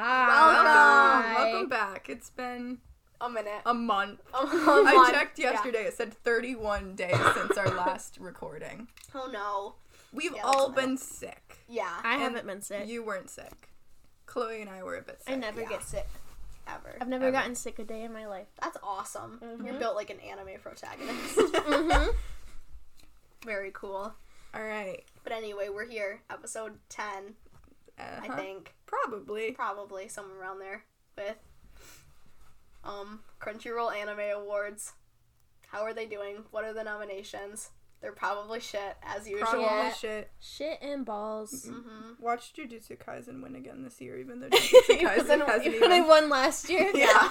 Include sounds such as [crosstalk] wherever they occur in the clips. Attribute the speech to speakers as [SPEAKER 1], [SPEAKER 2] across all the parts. [SPEAKER 1] Oh,
[SPEAKER 2] It's been
[SPEAKER 3] a minute. [laughs]
[SPEAKER 2] a month.
[SPEAKER 3] A
[SPEAKER 2] I
[SPEAKER 3] month,
[SPEAKER 2] checked
[SPEAKER 3] yeah.
[SPEAKER 2] yesterday. It said 31 days since our last recording.
[SPEAKER 3] Oh no.
[SPEAKER 2] We've
[SPEAKER 3] Yeah, that's
[SPEAKER 2] all
[SPEAKER 3] a
[SPEAKER 2] been sick.
[SPEAKER 3] Yeah.
[SPEAKER 1] I
[SPEAKER 2] And
[SPEAKER 1] haven't been sick.
[SPEAKER 2] You weren't sick. Chloe and I were a bit sick.
[SPEAKER 1] I never
[SPEAKER 3] yeah.
[SPEAKER 1] get sick.
[SPEAKER 3] Ever.
[SPEAKER 1] I've never
[SPEAKER 2] Ever. Mm-hmm.
[SPEAKER 1] gotten sick a day in my life.
[SPEAKER 3] That's awesome. You're built like an anime
[SPEAKER 2] [laughs]
[SPEAKER 3] protagonist. [laughs] Very cool.
[SPEAKER 2] All right.
[SPEAKER 3] But anyway, we're here, episode 10, I
[SPEAKER 2] Uh-huh.
[SPEAKER 3] think.
[SPEAKER 2] Probably.
[SPEAKER 3] Probably somewhere around there with um Crunchyroll Anime Awards. How are they doing? What are the nominations? They're probably shit as usual.
[SPEAKER 2] Probably
[SPEAKER 1] Yeah.
[SPEAKER 2] shit.
[SPEAKER 1] Shit and balls. [laughs]
[SPEAKER 3] Mhm.
[SPEAKER 2] Watch Jujutsu Kaisen win again this year, even though Jujutsu
[SPEAKER 1] Because
[SPEAKER 2] Kaisen
[SPEAKER 1] [laughs]
[SPEAKER 2] hasn't even.
[SPEAKER 1] I won last [laughs] year.
[SPEAKER 3] Yeah.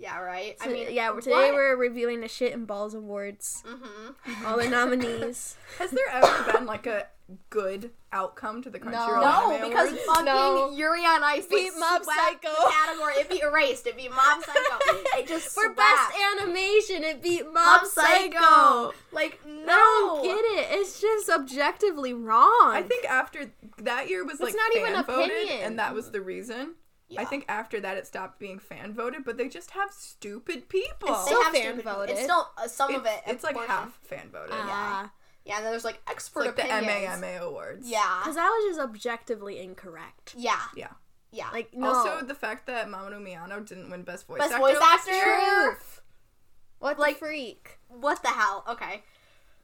[SPEAKER 3] Yeah, right. I mean,
[SPEAKER 1] yeah. Today we're reviewing the shit and balls awards.
[SPEAKER 3] Mhm.
[SPEAKER 1] All [laughs] the nominees.
[SPEAKER 2] Has there ever been like a good outcome to the Crunchyroll?
[SPEAKER 3] No,
[SPEAKER 2] Anime
[SPEAKER 3] because
[SPEAKER 2] Awards?
[SPEAKER 3] fucking
[SPEAKER 1] No.
[SPEAKER 3] Yuri on Ice
[SPEAKER 1] Beat
[SPEAKER 3] was
[SPEAKER 1] Mob
[SPEAKER 3] swept
[SPEAKER 1] Psycho.
[SPEAKER 3] the category. It'd be erased. It'd
[SPEAKER 1] [laughs]
[SPEAKER 3] be Mob Psycho. It just
[SPEAKER 1] For
[SPEAKER 3] swept.
[SPEAKER 1] best animation, it beat Mob,
[SPEAKER 3] Mob
[SPEAKER 1] Psycho.
[SPEAKER 3] Psycho. Like no,
[SPEAKER 1] I don't get it. It's just objectively wrong.
[SPEAKER 2] I think after that year was
[SPEAKER 1] That's
[SPEAKER 2] like
[SPEAKER 1] not
[SPEAKER 2] fan
[SPEAKER 1] even
[SPEAKER 2] voted,
[SPEAKER 1] opinion.
[SPEAKER 2] and that was the reason.
[SPEAKER 3] Yeah.
[SPEAKER 2] I think after that it stopped being fan voted, but they just have stupid people.
[SPEAKER 1] It's
[SPEAKER 3] They
[SPEAKER 1] still
[SPEAKER 3] have
[SPEAKER 1] fan
[SPEAKER 3] stupid-
[SPEAKER 1] voted.
[SPEAKER 3] It's still uh, some of it.
[SPEAKER 2] It's- it's like
[SPEAKER 3] portion.
[SPEAKER 2] half fan voted.
[SPEAKER 1] Ah,
[SPEAKER 3] Yeah, and then there's like expert
[SPEAKER 2] It's like
[SPEAKER 3] opinions.
[SPEAKER 2] the MAMA awards.
[SPEAKER 3] Yeah,
[SPEAKER 1] because that was just objectively incorrect.
[SPEAKER 3] yeah,
[SPEAKER 2] Yeah.
[SPEAKER 3] yeah.
[SPEAKER 1] Like no.
[SPEAKER 2] Also, the fact that Mamoru Miyano didn't win Best Voice
[SPEAKER 3] Best
[SPEAKER 2] Actor.
[SPEAKER 3] voice
[SPEAKER 2] last
[SPEAKER 3] actor.
[SPEAKER 2] year-
[SPEAKER 1] Truth. What
[SPEAKER 3] Like-
[SPEAKER 1] the freak?
[SPEAKER 3] what the hell? Okay,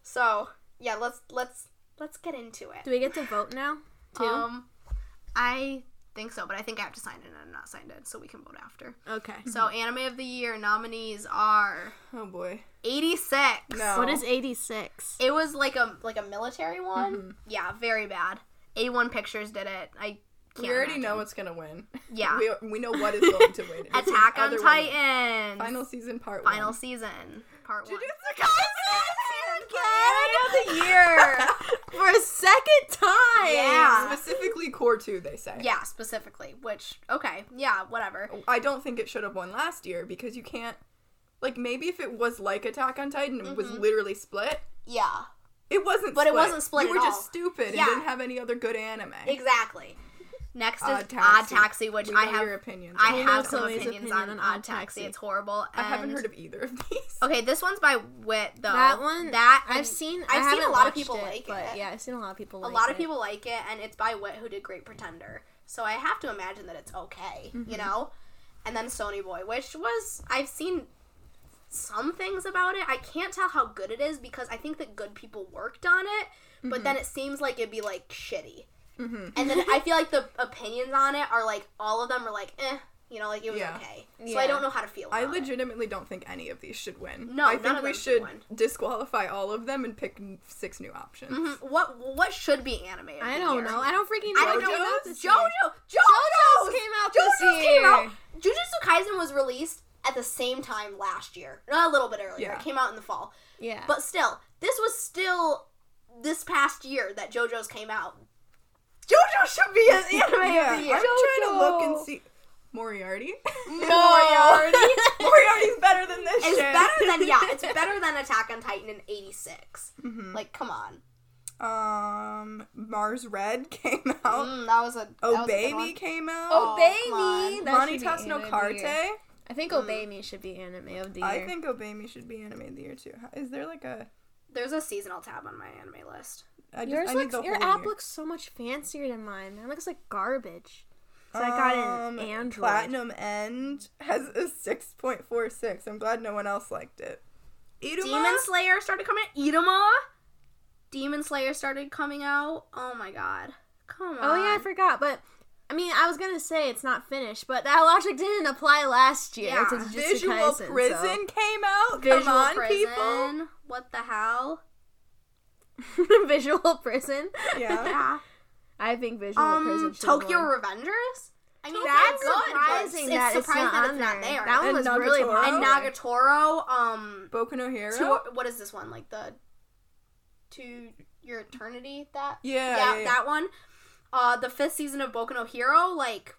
[SPEAKER 3] so yeah, let's let's let's get into it.
[SPEAKER 1] Do we get to vote now? Too.
[SPEAKER 3] Um, I think so, but I think I have to sign in. and I'm not signed in, so we can vote after.
[SPEAKER 1] okay.
[SPEAKER 3] So, anime of the year nominees are
[SPEAKER 2] Oh boy.
[SPEAKER 3] 86.
[SPEAKER 2] No.
[SPEAKER 1] What is 86?
[SPEAKER 3] It was like a like a military one. Yeah, very bad. A1 Pictures did it. I can't
[SPEAKER 2] We already
[SPEAKER 3] imagine.
[SPEAKER 2] know what's gonna win.
[SPEAKER 3] Yeah.
[SPEAKER 2] We, we know what is going to win. It's the
[SPEAKER 3] [laughs] Attack on
[SPEAKER 2] other one.
[SPEAKER 3] Titan.
[SPEAKER 2] Final season part
[SPEAKER 3] Final
[SPEAKER 2] one.
[SPEAKER 3] season. Part 1.
[SPEAKER 2] Jujutsu
[SPEAKER 3] [laughs] Anime of the year.
[SPEAKER 1] For a second time.
[SPEAKER 3] Yeah.
[SPEAKER 2] Specifically, core two. They say.
[SPEAKER 3] [laughs] yeah, specifically, which okay, yeah, whatever.
[SPEAKER 2] I don't think it should have won last year because you can't. Like maybe if it was like Attack on Titan, it
[SPEAKER 3] Mm-hmm.
[SPEAKER 2] was literally split.
[SPEAKER 3] Yeah.
[SPEAKER 2] It wasn't.
[SPEAKER 3] But it
[SPEAKER 2] split.
[SPEAKER 3] wasn't split
[SPEAKER 2] You
[SPEAKER 3] at
[SPEAKER 2] were
[SPEAKER 3] all.
[SPEAKER 2] just stupid
[SPEAKER 3] Yeah.
[SPEAKER 2] and didn't have any other good anime.
[SPEAKER 3] Exactly. Next is Odd
[SPEAKER 2] Odd
[SPEAKER 3] Taxi,
[SPEAKER 2] Taxi.
[SPEAKER 3] which
[SPEAKER 2] We
[SPEAKER 3] I
[SPEAKER 2] know
[SPEAKER 3] have.
[SPEAKER 2] your opinions.
[SPEAKER 3] I
[SPEAKER 2] on
[SPEAKER 1] know
[SPEAKER 3] have
[SPEAKER 2] that.
[SPEAKER 3] some
[SPEAKER 1] Chloe's
[SPEAKER 3] opinions
[SPEAKER 1] opinion
[SPEAKER 3] on,
[SPEAKER 1] on
[SPEAKER 3] Odd
[SPEAKER 1] Odd
[SPEAKER 3] Taxi.
[SPEAKER 1] Taxi.
[SPEAKER 3] It's horrible.
[SPEAKER 2] I haven't
[SPEAKER 3] and-
[SPEAKER 2] heard of either of these.
[SPEAKER 3] Okay, this one's by Wit though.
[SPEAKER 1] That one
[SPEAKER 3] That
[SPEAKER 1] I've
[SPEAKER 3] and
[SPEAKER 1] seen. I
[SPEAKER 3] I've seen a
[SPEAKER 1] haven't
[SPEAKER 3] lot of
[SPEAKER 1] watched
[SPEAKER 3] people
[SPEAKER 1] it,
[SPEAKER 3] like
[SPEAKER 1] but
[SPEAKER 3] it.
[SPEAKER 1] yeah, I've seen a lot of people.
[SPEAKER 3] A lot of people like it, and it's by Wit who did Great Pretender. So I have to imagine that it's okay,
[SPEAKER 1] Mm-hmm.
[SPEAKER 3] you know. And then Sony Boy, which was I've seen some things about it. I can't tell how good it is because I think that good people worked on it, but
[SPEAKER 1] Mm-hmm.
[SPEAKER 3] then it seems like it'd be like shitty.
[SPEAKER 2] Mhm.
[SPEAKER 3] And then
[SPEAKER 1] [laughs]
[SPEAKER 3] I feel like the opinions on it are like all of them are like, eh, you know, like it was
[SPEAKER 2] Yeah.
[SPEAKER 3] okay. So I
[SPEAKER 1] Yeah.
[SPEAKER 3] don't know how to feel.
[SPEAKER 2] I
[SPEAKER 3] about it.
[SPEAKER 2] legitimately don't think any of these should win.
[SPEAKER 3] No,
[SPEAKER 2] I think
[SPEAKER 3] none of
[SPEAKER 2] we
[SPEAKER 3] them should
[SPEAKER 2] should
[SPEAKER 3] win.
[SPEAKER 2] disqualify all of them and pick n- six new options. [laughs]
[SPEAKER 3] Mhm. What what should be animated?
[SPEAKER 1] I don't know. I don't freaking know.
[SPEAKER 3] I don't know.
[SPEAKER 1] what came out
[SPEAKER 2] JoJo's?
[SPEAKER 1] this year.
[SPEAKER 3] JoJo.
[SPEAKER 1] JoJo's
[SPEAKER 3] JoJo's
[SPEAKER 1] came out this
[SPEAKER 3] JoJo's came
[SPEAKER 1] year.
[SPEAKER 3] out. Jujutsu Kaisen was released at the same time last year. No, a little bit earlier.
[SPEAKER 2] Yeah.
[SPEAKER 3] It came out in the fall.
[SPEAKER 1] Yeah.
[SPEAKER 3] But still, this was still this past year that JoJo's came out. JoJo should be an anime
[SPEAKER 2] Yeah,
[SPEAKER 3] of the
[SPEAKER 2] I'm
[SPEAKER 3] year.
[SPEAKER 2] trying to look and
[SPEAKER 1] JoJo.
[SPEAKER 2] see. Moriarty?
[SPEAKER 3] [laughs] Moriarty.
[SPEAKER 2] Moriarty's better than this
[SPEAKER 3] It's
[SPEAKER 2] shit.
[SPEAKER 3] better than yeah, it's better than Attack on Titan in 86. Like come on.
[SPEAKER 2] Um, Mars Red [laughs] came out.
[SPEAKER 3] Mm, that was a that
[SPEAKER 2] Oh
[SPEAKER 3] was a good
[SPEAKER 2] Baby
[SPEAKER 3] one.
[SPEAKER 2] came out.
[SPEAKER 3] Oh, come
[SPEAKER 1] Obey
[SPEAKER 3] on.
[SPEAKER 1] me. That should be
[SPEAKER 2] Manitas
[SPEAKER 1] anime
[SPEAKER 2] no
[SPEAKER 1] of the
[SPEAKER 2] Carte.
[SPEAKER 1] year. I think Obey Me should be anime of the year.
[SPEAKER 2] I think Obey Me should be anime of the year too. How- Is there like a?
[SPEAKER 3] There's a seasonal tab on my anime list.
[SPEAKER 2] I just,
[SPEAKER 1] Yours
[SPEAKER 2] I need
[SPEAKER 1] looks
[SPEAKER 2] the
[SPEAKER 1] your
[SPEAKER 2] whole
[SPEAKER 1] app
[SPEAKER 2] year.
[SPEAKER 1] looks so much fancier than mine. Mine looks like garbage. So I got an
[SPEAKER 2] Um,
[SPEAKER 1] Android.
[SPEAKER 2] Platinum End has a six point four six. I'm glad no one else liked it. Iruma?
[SPEAKER 3] Demon Slayer started coming out. Idoma. Demon Slayer started coming out. Oh my god. Come on.
[SPEAKER 1] Oh yeah, I forgot. But I mean, I was gonna say it's not finished, but that logic didn't apply last year.
[SPEAKER 3] Yeah.
[SPEAKER 1] to Jujutsu
[SPEAKER 2] Visual
[SPEAKER 1] Kaisen, so-
[SPEAKER 2] Prison came out.
[SPEAKER 3] Visual
[SPEAKER 2] Come on,
[SPEAKER 3] prison.
[SPEAKER 2] people.
[SPEAKER 3] What the hell?
[SPEAKER 1] [laughs] visual prison.
[SPEAKER 2] Yeah.
[SPEAKER 3] Yeah.
[SPEAKER 1] I think visual prison.
[SPEAKER 3] Um,
[SPEAKER 1] should have
[SPEAKER 3] Tokyo
[SPEAKER 1] won.
[SPEAKER 3] Revengers. I mean,
[SPEAKER 1] That's
[SPEAKER 3] they're good, but
[SPEAKER 1] surprising that it's not on there. That one
[SPEAKER 2] And
[SPEAKER 1] was really
[SPEAKER 2] Nagatoro.
[SPEAKER 1] popular.
[SPEAKER 3] and Nagatoro. Um,
[SPEAKER 2] Boku no Hero.
[SPEAKER 3] to, what is this one like the to your eternity? That
[SPEAKER 2] Yeah, yeah, yeah.
[SPEAKER 3] that one. Uh, the fifth season of Boku no Hero. Like,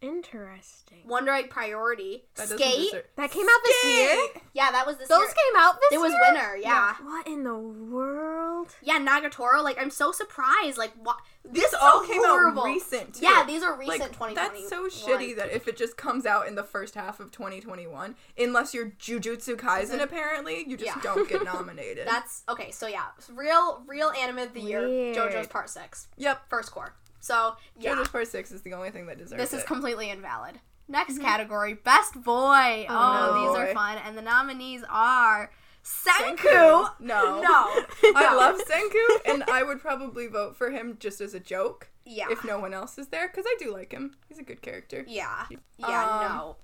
[SPEAKER 1] Interesting.
[SPEAKER 3] Wonder Egg Priority,
[SPEAKER 2] That doesn't
[SPEAKER 3] Skate.
[SPEAKER 2] deserve-
[SPEAKER 1] That came out this year.
[SPEAKER 3] yeah, that was this.
[SPEAKER 1] Those
[SPEAKER 3] year.
[SPEAKER 1] came out this
[SPEAKER 3] It was
[SPEAKER 1] year?
[SPEAKER 3] winter, yeah.
[SPEAKER 1] What in the world?
[SPEAKER 3] yeah, Nagatoro. Like I'm so surprised. Like what? This
[SPEAKER 2] This
[SPEAKER 3] is
[SPEAKER 2] all came
[SPEAKER 3] horrible.
[SPEAKER 2] out recent. too.
[SPEAKER 3] Yeah, these are recent
[SPEAKER 2] Like,
[SPEAKER 3] 2020.
[SPEAKER 2] that's so shitty that if it just comes out in the first half of 2021, unless you're Jujutsu Kaisen, apparently, you just
[SPEAKER 3] Yeah.
[SPEAKER 1] [laughs]
[SPEAKER 2] don't get nominated.
[SPEAKER 3] That's okay. So yeah, real real anime of the year.
[SPEAKER 1] Weird.
[SPEAKER 3] JoJo's Part Six,
[SPEAKER 2] yep.
[SPEAKER 3] first core. So yeah,
[SPEAKER 2] JoJo's Part 6 is the only thing that deserves
[SPEAKER 3] this is
[SPEAKER 2] it. Mm-hmm.
[SPEAKER 3] completely invalid. Next category, best boy. Oh,
[SPEAKER 2] no.
[SPEAKER 3] these are fun, and the nominees are Senku.
[SPEAKER 2] Senku. [laughs] No.
[SPEAKER 3] [laughs] no.
[SPEAKER 1] Oh.
[SPEAKER 2] I love
[SPEAKER 3] [laughs]
[SPEAKER 2] Senku, and I would probably vote for him just as a joke
[SPEAKER 3] Yeah,
[SPEAKER 2] if no one else is there, because I do like him. He's a good character.
[SPEAKER 3] yeah, yeah.
[SPEAKER 2] Um,
[SPEAKER 3] no,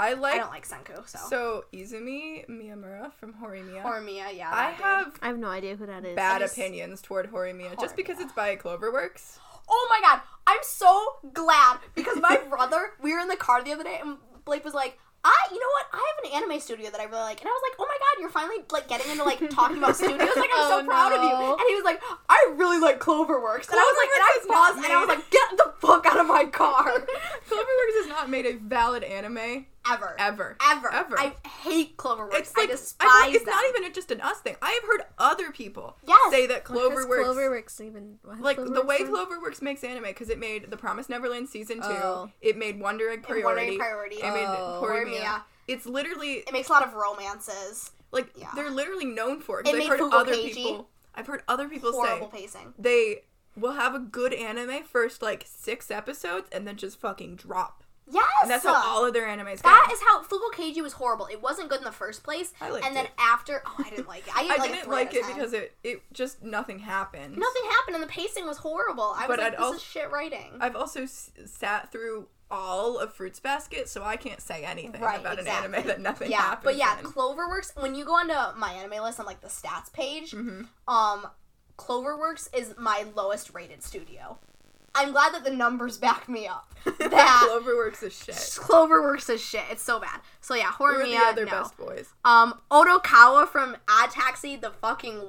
[SPEAKER 2] I like.
[SPEAKER 3] I don't like Senku. So,
[SPEAKER 2] so Izumi Miyamura from Horimiya.
[SPEAKER 3] or Mia. Yeah,
[SPEAKER 2] I
[SPEAKER 3] that dude.
[SPEAKER 2] have
[SPEAKER 1] [laughs] I have no idea who that is.
[SPEAKER 2] bad
[SPEAKER 3] just-
[SPEAKER 2] opinions toward Horimiya, just because
[SPEAKER 3] Horimiya.
[SPEAKER 2] it's by Cloverworks. [laughs]
[SPEAKER 3] Oh my god, I'm so glad because my brother, we were in the car the other day, and Blake was like, "I, you know what? I have an anime studio that I really like," and I was like, "Oh my god, you're finally like getting into like talking about studios. Like I'm
[SPEAKER 1] Oh,
[SPEAKER 2] [laughs]
[SPEAKER 3] so proud of you."
[SPEAKER 1] no.
[SPEAKER 3] And he was like, "I really like Cloverworks," and I was like, and I
[SPEAKER 2] Cloverworks is not
[SPEAKER 3] paused and I was
[SPEAKER 2] made.
[SPEAKER 3] like, "Get the fuck out of
[SPEAKER 2] [laughs]
[SPEAKER 3] my car!"
[SPEAKER 2] Cloverworks has not made a valid anime
[SPEAKER 3] Ever,
[SPEAKER 2] ever.
[SPEAKER 3] ever,
[SPEAKER 2] Ever.
[SPEAKER 3] I hate Cloverworks.
[SPEAKER 2] It's like I've
[SPEAKER 3] I
[SPEAKER 2] heard-
[SPEAKER 3] despise
[SPEAKER 2] it's
[SPEAKER 3] them.
[SPEAKER 2] not even a- just an us thing. I have heard other people
[SPEAKER 3] Yes.
[SPEAKER 2] say that
[SPEAKER 1] What has
[SPEAKER 2] Cloverworks,
[SPEAKER 1] Cloverworks even. what has
[SPEAKER 2] like the
[SPEAKER 1] Cloverworks
[SPEAKER 2] way
[SPEAKER 1] done?
[SPEAKER 2] Cloverworks makes anime, because it made The Promised Neverland season two,
[SPEAKER 1] Oh.
[SPEAKER 2] it made Wonder Egg
[SPEAKER 3] Priority,
[SPEAKER 2] Priority,
[SPEAKER 3] priority, priority.
[SPEAKER 2] it made
[SPEAKER 1] Oh.
[SPEAKER 2] Horimiya.
[SPEAKER 3] Horimiya.
[SPEAKER 2] It's literally
[SPEAKER 3] it makes a lot of romances.
[SPEAKER 2] like
[SPEAKER 3] Yeah.
[SPEAKER 2] they're literally known for it. 'cause
[SPEAKER 3] It
[SPEAKER 2] I've
[SPEAKER 3] made
[SPEAKER 2] heard
[SPEAKER 3] Fugo
[SPEAKER 2] other
[SPEAKER 3] Keiji.
[SPEAKER 2] people. I've heard other people
[SPEAKER 3] Horrible
[SPEAKER 2] say
[SPEAKER 3] pacing.
[SPEAKER 2] they will have a good anime first like six episodes and then just fucking drop.
[SPEAKER 3] Yes,
[SPEAKER 2] And that's how all of their animes go.
[SPEAKER 3] That is how Fugo Keiji was horrible. It wasn't good in the first place,
[SPEAKER 2] I liked
[SPEAKER 3] and then
[SPEAKER 2] it.
[SPEAKER 3] after, oh, I didn't like it.
[SPEAKER 2] [laughs]
[SPEAKER 3] I,
[SPEAKER 2] I
[SPEAKER 3] didn't like,
[SPEAKER 2] didn't like it because
[SPEAKER 3] it
[SPEAKER 2] it, it just nothing happened.
[SPEAKER 3] nothing happened, and the pacing was horrible. I was
[SPEAKER 2] But
[SPEAKER 3] like,
[SPEAKER 2] I'd
[SPEAKER 3] this
[SPEAKER 2] also-
[SPEAKER 3] is shit writing.
[SPEAKER 2] I've also s- sat through all of Fruits Basket, so I can't say anything
[SPEAKER 3] Right,
[SPEAKER 2] about an
[SPEAKER 3] exactly.
[SPEAKER 2] anime that nothing
[SPEAKER 3] yeah,
[SPEAKER 2] happened.
[SPEAKER 3] but yeah,
[SPEAKER 2] in.
[SPEAKER 3] Cloverworks. When you go onto my anime list on like the stats page,
[SPEAKER 2] Mm-hmm.
[SPEAKER 3] um, Cloverworks is my lowest rated studio. I'm glad that the numbers back me
[SPEAKER 2] [laughs]
[SPEAKER 3] up. That
[SPEAKER 2] Cloverworks is shit.
[SPEAKER 3] Cloverworks is shit. It's so bad. So yeah,
[SPEAKER 2] We're the
[SPEAKER 3] Horimiya,
[SPEAKER 2] other
[SPEAKER 3] no.
[SPEAKER 2] best boys.
[SPEAKER 3] Um, Otokawa from Odd Taxi, the fucking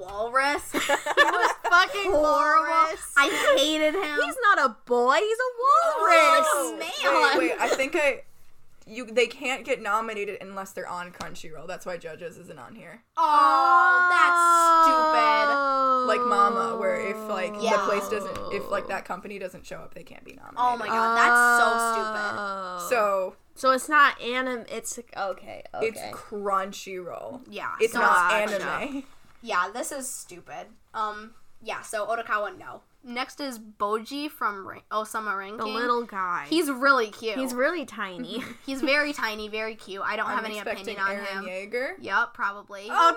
[SPEAKER 1] [laughs]
[SPEAKER 3] walrus. He was fucking horrible.
[SPEAKER 1] walrus.
[SPEAKER 3] I hated him.
[SPEAKER 1] He's not a boy, he's a walrus.
[SPEAKER 3] Oh, man.
[SPEAKER 2] Wait, wait, I think I. You, they can't get nominated unless they're on Crunchyroll. That's why JoJo's isn't on here.
[SPEAKER 3] oh,
[SPEAKER 2] Like Mama, where if like
[SPEAKER 3] Yeah.
[SPEAKER 2] the place doesn't, if like that company doesn't show up, they can't be nominated.
[SPEAKER 3] Oh my god,
[SPEAKER 1] Uh,
[SPEAKER 3] that's so stupid.
[SPEAKER 1] stupid.
[SPEAKER 2] So
[SPEAKER 1] So it's not anim. It's okay. Okay.
[SPEAKER 2] it's Crunchyroll.
[SPEAKER 3] Yeah,
[SPEAKER 2] It's
[SPEAKER 3] so
[SPEAKER 2] not
[SPEAKER 3] it's
[SPEAKER 2] anime.
[SPEAKER 3] fucked up. Yeah, this is stupid. Um, yeah, so Otokawa, no. Next is Boji from Ra- Osama Ranking.
[SPEAKER 1] the little guy.
[SPEAKER 3] He's Mm-hmm. really cute.
[SPEAKER 1] he's really tiny. [laughs]
[SPEAKER 3] He's very tiny, very cute. I don't
[SPEAKER 2] I'm
[SPEAKER 3] have any
[SPEAKER 2] expecting
[SPEAKER 3] opinion on
[SPEAKER 2] Eren
[SPEAKER 3] him.
[SPEAKER 2] Yeager.
[SPEAKER 3] Yep, probably.
[SPEAKER 2] Oh,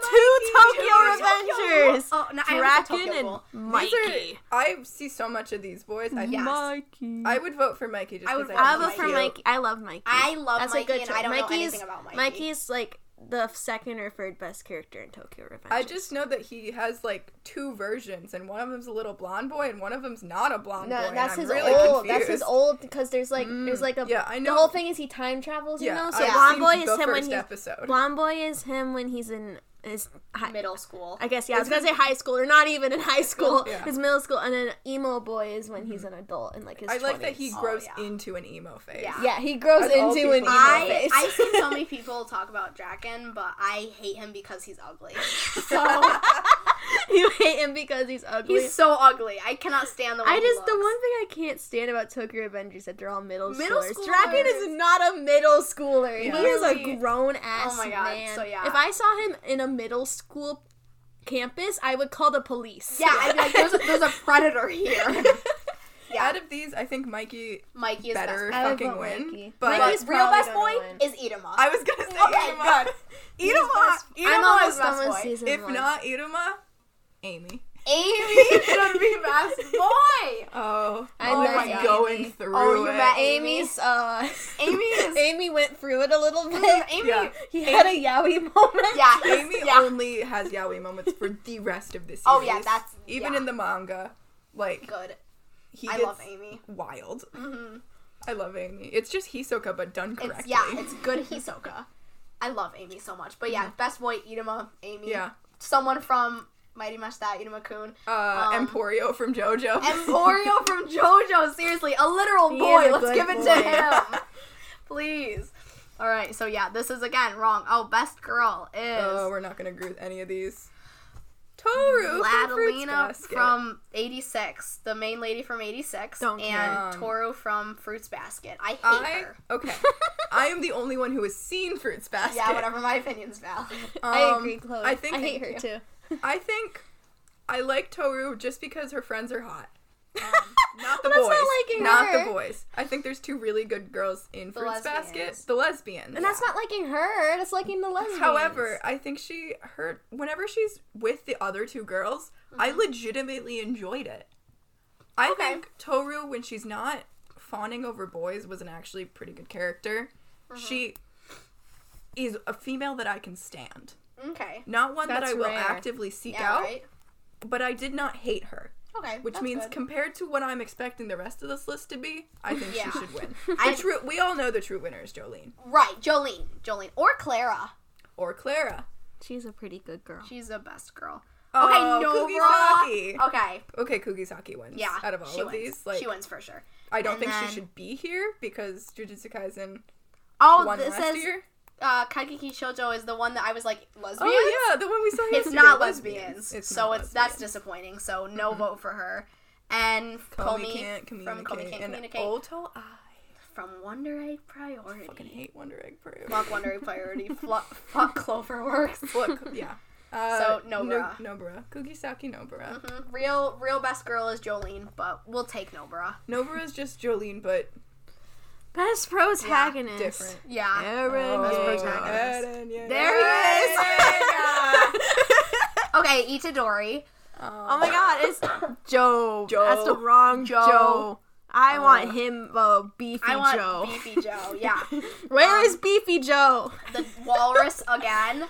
[SPEAKER 1] two Tokyo
[SPEAKER 3] Tokyo
[SPEAKER 1] Revengers.
[SPEAKER 3] Ghoul. Oh, no, I almost
[SPEAKER 1] Draken
[SPEAKER 3] said Tokyo
[SPEAKER 1] and
[SPEAKER 3] Ghoul.
[SPEAKER 2] These are-
[SPEAKER 1] Mikey.
[SPEAKER 2] I see so much of these boys. I,
[SPEAKER 3] Yes.
[SPEAKER 1] Mikey.
[SPEAKER 2] I would vote for Mikey just
[SPEAKER 3] I would
[SPEAKER 2] because
[SPEAKER 3] vote
[SPEAKER 2] I,
[SPEAKER 1] I
[SPEAKER 2] I
[SPEAKER 1] vote
[SPEAKER 2] vote
[SPEAKER 1] for Mikey. I love Mikey.
[SPEAKER 3] I love
[SPEAKER 1] That's
[SPEAKER 3] Mikey,
[SPEAKER 1] a good
[SPEAKER 3] and
[SPEAKER 1] choice.
[SPEAKER 3] I don't know
[SPEAKER 1] Mikey's-
[SPEAKER 3] anything about Mikey.
[SPEAKER 1] Mikey's like the second or third best character in Tokyo Revengers.
[SPEAKER 2] I just know that he has like two versions, and one of them's a little blonde boy, and one of them's not a blonde boy.
[SPEAKER 1] No,
[SPEAKER 2] and
[SPEAKER 1] that's
[SPEAKER 2] I'm
[SPEAKER 1] his
[SPEAKER 2] really
[SPEAKER 1] old.
[SPEAKER 2] Confused.
[SPEAKER 1] That's his old because there's like
[SPEAKER 3] Mm,
[SPEAKER 1] there's like a
[SPEAKER 2] Yeah, I know.
[SPEAKER 1] the whole thing is he time travels, you
[SPEAKER 2] Yeah,
[SPEAKER 1] know. So
[SPEAKER 2] I've
[SPEAKER 1] Blonde
[SPEAKER 2] seen
[SPEAKER 1] Boy is
[SPEAKER 2] the
[SPEAKER 1] him when
[SPEAKER 2] first
[SPEAKER 1] he's
[SPEAKER 2] episode.
[SPEAKER 1] Blonde Boy is him when he's in is hi,
[SPEAKER 3] middle school.
[SPEAKER 1] I guess yeah, I was gonna say high school. They're not even in high school.
[SPEAKER 2] Yeah.
[SPEAKER 1] It's middle school, and then emo boy is when he's an adult and like his.
[SPEAKER 2] I like that
[SPEAKER 1] 20s.
[SPEAKER 2] he grows
[SPEAKER 3] yeah.
[SPEAKER 2] into an emo phase.
[SPEAKER 3] Yeah.
[SPEAKER 1] Oh, Yeah, he grows
[SPEAKER 2] That's all
[SPEAKER 1] into an emo
[SPEAKER 2] people-
[SPEAKER 3] I
[SPEAKER 1] face.
[SPEAKER 3] I've seen so
[SPEAKER 2] [laughs]
[SPEAKER 3] many people talk about Draken, but I hate him because he's
[SPEAKER 2] [laughs]
[SPEAKER 3] ugly. So
[SPEAKER 1] [laughs] you hate him because he's ugly.
[SPEAKER 3] he's so ugly. I cannot stand the way
[SPEAKER 1] I
[SPEAKER 3] he
[SPEAKER 1] just the
[SPEAKER 3] looks.
[SPEAKER 1] one thing I can't stand about Tokyo Avengers is that they're all middle,
[SPEAKER 3] Middle
[SPEAKER 1] schoolers. Draken is
[SPEAKER 3] schoolers.
[SPEAKER 1] not a middle schooler.
[SPEAKER 2] Yeah.
[SPEAKER 1] He is a
[SPEAKER 3] Literally.
[SPEAKER 1] grown ass
[SPEAKER 3] Oh my God,
[SPEAKER 1] man.
[SPEAKER 3] so yeah.
[SPEAKER 1] If I saw him in a middle school campus, I would call the police.
[SPEAKER 3] Yeah, I'd be like, there's a,
[SPEAKER 1] [laughs]
[SPEAKER 3] there's a predator here.
[SPEAKER 2] [laughs]
[SPEAKER 3] Yeah,
[SPEAKER 2] Out of these, I think Mikey
[SPEAKER 3] Mikey is
[SPEAKER 2] better
[SPEAKER 3] best.
[SPEAKER 1] I would
[SPEAKER 2] fucking
[SPEAKER 1] vote
[SPEAKER 2] win.
[SPEAKER 1] Mikey.
[SPEAKER 2] But
[SPEAKER 3] But
[SPEAKER 1] Mikey's
[SPEAKER 3] real
[SPEAKER 1] probably
[SPEAKER 3] best boy
[SPEAKER 1] gonna win.
[SPEAKER 3] is Iruma.
[SPEAKER 2] I was gonna say
[SPEAKER 3] Okay,
[SPEAKER 2] Iruma. [laughs]
[SPEAKER 3] good.
[SPEAKER 2] Iruma.
[SPEAKER 1] I'm
[SPEAKER 2] Iruma
[SPEAKER 1] almost
[SPEAKER 2] is best
[SPEAKER 1] done with
[SPEAKER 2] boy.
[SPEAKER 1] season
[SPEAKER 2] If
[SPEAKER 1] one.
[SPEAKER 2] not Iruma,
[SPEAKER 1] [laughs]
[SPEAKER 2] Amy.
[SPEAKER 3] Amy should be best boy.
[SPEAKER 2] [laughs] Oh,
[SPEAKER 1] I
[SPEAKER 2] oh
[SPEAKER 1] love
[SPEAKER 2] my
[SPEAKER 1] Amy.
[SPEAKER 2] going through
[SPEAKER 3] Oh, you
[SPEAKER 2] it.
[SPEAKER 3] met
[SPEAKER 1] Amy's uh
[SPEAKER 3] Amy
[SPEAKER 2] [laughs]
[SPEAKER 3] is-
[SPEAKER 1] Amy went through it a little bit.
[SPEAKER 3] [laughs] Amy. Yeah.
[SPEAKER 2] Yeah.
[SPEAKER 1] He had a yaoi moment.
[SPEAKER 3] yeah
[SPEAKER 2] Amy only has yaoi moments for the rest of this.
[SPEAKER 3] Oh, yeah, that's-
[SPEAKER 2] even
[SPEAKER 3] yeah.
[SPEAKER 2] in the manga, like
[SPEAKER 3] good.
[SPEAKER 2] he
[SPEAKER 3] I
[SPEAKER 2] gets
[SPEAKER 3] love Amy. Mm-hmm.
[SPEAKER 2] wild. I love Amy. It's just Hisoka, but done correctly.
[SPEAKER 3] It's yeah, it's good Hisoka. I love Amy so much. But yeah, best boy Iruma, Amy.
[SPEAKER 2] Yeah.
[SPEAKER 3] Someone from Mighty Mush That Iruma Kun.
[SPEAKER 2] uh,
[SPEAKER 3] um,
[SPEAKER 2] Emporio from JoJo. [laughs]
[SPEAKER 3] Emporio from JoJo, seriously, a literal
[SPEAKER 1] He
[SPEAKER 3] boy.
[SPEAKER 1] is a
[SPEAKER 3] Let's
[SPEAKER 1] good
[SPEAKER 3] give it
[SPEAKER 1] boy.
[SPEAKER 3] to him. Please. All right, so yeah, this is again wrong. Oh, best girl is
[SPEAKER 2] Oh, we're not gonna agree with any of these. Toru from Fruits
[SPEAKER 3] Ladalina
[SPEAKER 2] Basket.
[SPEAKER 3] from 86, the main lady from 86,
[SPEAKER 1] Don't
[SPEAKER 3] and
[SPEAKER 2] care.
[SPEAKER 3] Toru from Fruits Basket. I hate
[SPEAKER 2] Um, I
[SPEAKER 3] her.
[SPEAKER 2] okay. I am the only one who has seen Fruits Basket.
[SPEAKER 3] Yeah, whatever. My opinion's valid.
[SPEAKER 1] [laughs]
[SPEAKER 2] [laughs]
[SPEAKER 1] I
[SPEAKER 2] Um,
[SPEAKER 1] agree, Chloe.
[SPEAKER 2] I think
[SPEAKER 1] I hate her too.
[SPEAKER 2] I think I like Toru just because her friends are hot.
[SPEAKER 1] [laughs]
[SPEAKER 2] not the
[SPEAKER 1] Well, that's
[SPEAKER 2] boys.
[SPEAKER 1] not liking her.
[SPEAKER 2] the boys. I think there's two really good girls in Fruits Basket.
[SPEAKER 3] lesbians.
[SPEAKER 2] The lesbians.
[SPEAKER 1] And that's not liking her. That's liking the lesbians.
[SPEAKER 2] However, I think she her whenever she's with the other two girls,
[SPEAKER 3] Mm-hmm.
[SPEAKER 2] I legitimately enjoyed it. I
[SPEAKER 3] Okay.
[SPEAKER 2] think Toru when she's not fawning over boys was an actually pretty good character.
[SPEAKER 3] Mm-hmm.
[SPEAKER 2] She is a female that I can stand.
[SPEAKER 3] Okay.
[SPEAKER 2] Not one that
[SPEAKER 1] That's
[SPEAKER 2] I will
[SPEAKER 1] rare.
[SPEAKER 2] actively seek
[SPEAKER 3] Yeah,
[SPEAKER 2] out,
[SPEAKER 3] right?
[SPEAKER 2] but I did not hate her,
[SPEAKER 3] Okay.
[SPEAKER 2] which
[SPEAKER 3] that's
[SPEAKER 2] means
[SPEAKER 3] good.
[SPEAKER 2] compared to what I'm expecting the rest of this list to be, I think
[SPEAKER 3] Yeah.
[SPEAKER 2] she should
[SPEAKER 3] [laughs]
[SPEAKER 2] win.
[SPEAKER 3] I-
[SPEAKER 2] The true, we all know the true winner is Jolene
[SPEAKER 3] right, Jolene. Jolene. Or Clara.
[SPEAKER 2] or Clara.
[SPEAKER 1] she's a pretty good girl.
[SPEAKER 3] She's the best girl.
[SPEAKER 2] Oh,
[SPEAKER 3] Okay,
[SPEAKER 2] Kugisaki.
[SPEAKER 3] Nora. Okay,
[SPEAKER 2] Okay, Kugisaki wins.
[SPEAKER 3] yeah.
[SPEAKER 2] Out of all
[SPEAKER 3] she
[SPEAKER 2] of
[SPEAKER 3] wins.
[SPEAKER 2] these, like
[SPEAKER 3] she wins for sure.
[SPEAKER 2] I don't
[SPEAKER 3] And
[SPEAKER 2] think
[SPEAKER 3] then-
[SPEAKER 2] she should be here because Jujutsu Kaisen
[SPEAKER 3] Oh,
[SPEAKER 2] won
[SPEAKER 3] this
[SPEAKER 2] last
[SPEAKER 3] says
[SPEAKER 2] year.
[SPEAKER 3] uh, Kageki Shoujo is the one that I was like lesbian.
[SPEAKER 2] Oh yeah, the one we saw yesterday.
[SPEAKER 3] it's not
[SPEAKER 2] lesbians.
[SPEAKER 3] lesbians.
[SPEAKER 2] It's
[SPEAKER 3] so
[SPEAKER 2] not
[SPEAKER 3] it's that's
[SPEAKER 2] lesbians. Mm-hmm.
[SPEAKER 3] disappointing. So no vote for her. And
[SPEAKER 2] Komi,
[SPEAKER 3] Komi,
[SPEAKER 2] Oh, can't
[SPEAKER 3] from
[SPEAKER 2] communicate.
[SPEAKER 3] Komi can't
[SPEAKER 2] and
[SPEAKER 3] communicate
[SPEAKER 2] Oto, I
[SPEAKER 3] from Wonder Egg
[SPEAKER 2] fucking
[SPEAKER 3] Priority.
[SPEAKER 2] hate Wonder Egg Peru.
[SPEAKER 3] Fuck Wonder Egg Priority. Fuck, [laughs] fuck
[SPEAKER 2] [laughs]
[SPEAKER 3] Cloverworks.
[SPEAKER 2] Look, yeah. Uh,
[SPEAKER 3] [laughs] So, Nobara.
[SPEAKER 2] No, Nobara. Kugisaki Nobara.
[SPEAKER 3] Mhm. Real, real best girl is Jolene, but we'll take Nobara.
[SPEAKER 2] Nobara's just Jolene, but
[SPEAKER 1] Best protagonist.
[SPEAKER 2] different.
[SPEAKER 3] Yeah.
[SPEAKER 1] Eren
[SPEAKER 3] Best
[SPEAKER 1] Yeager.
[SPEAKER 3] protagonist.
[SPEAKER 2] Eren
[SPEAKER 1] Oh, There
[SPEAKER 2] Yeager.
[SPEAKER 1] he is.
[SPEAKER 3] Okay, Itadori.
[SPEAKER 1] [laughs] oh my god, it's Joe.
[SPEAKER 2] Joe.
[SPEAKER 1] That's the wrong Joe.
[SPEAKER 3] Joe.
[SPEAKER 1] I want him, uh, Beefy
[SPEAKER 3] I want
[SPEAKER 1] Joe.
[SPEAKER 3] Beefy Joe.
[SPEAKER 2] [laughs]
[SPEAKER 3] Yeah.
[SPEAKER 1] Where
[SPEAKER 3] um,
[SPEAKER 1] is Beefy Joe?
[SPEAKER 3] the walrus again. Uh,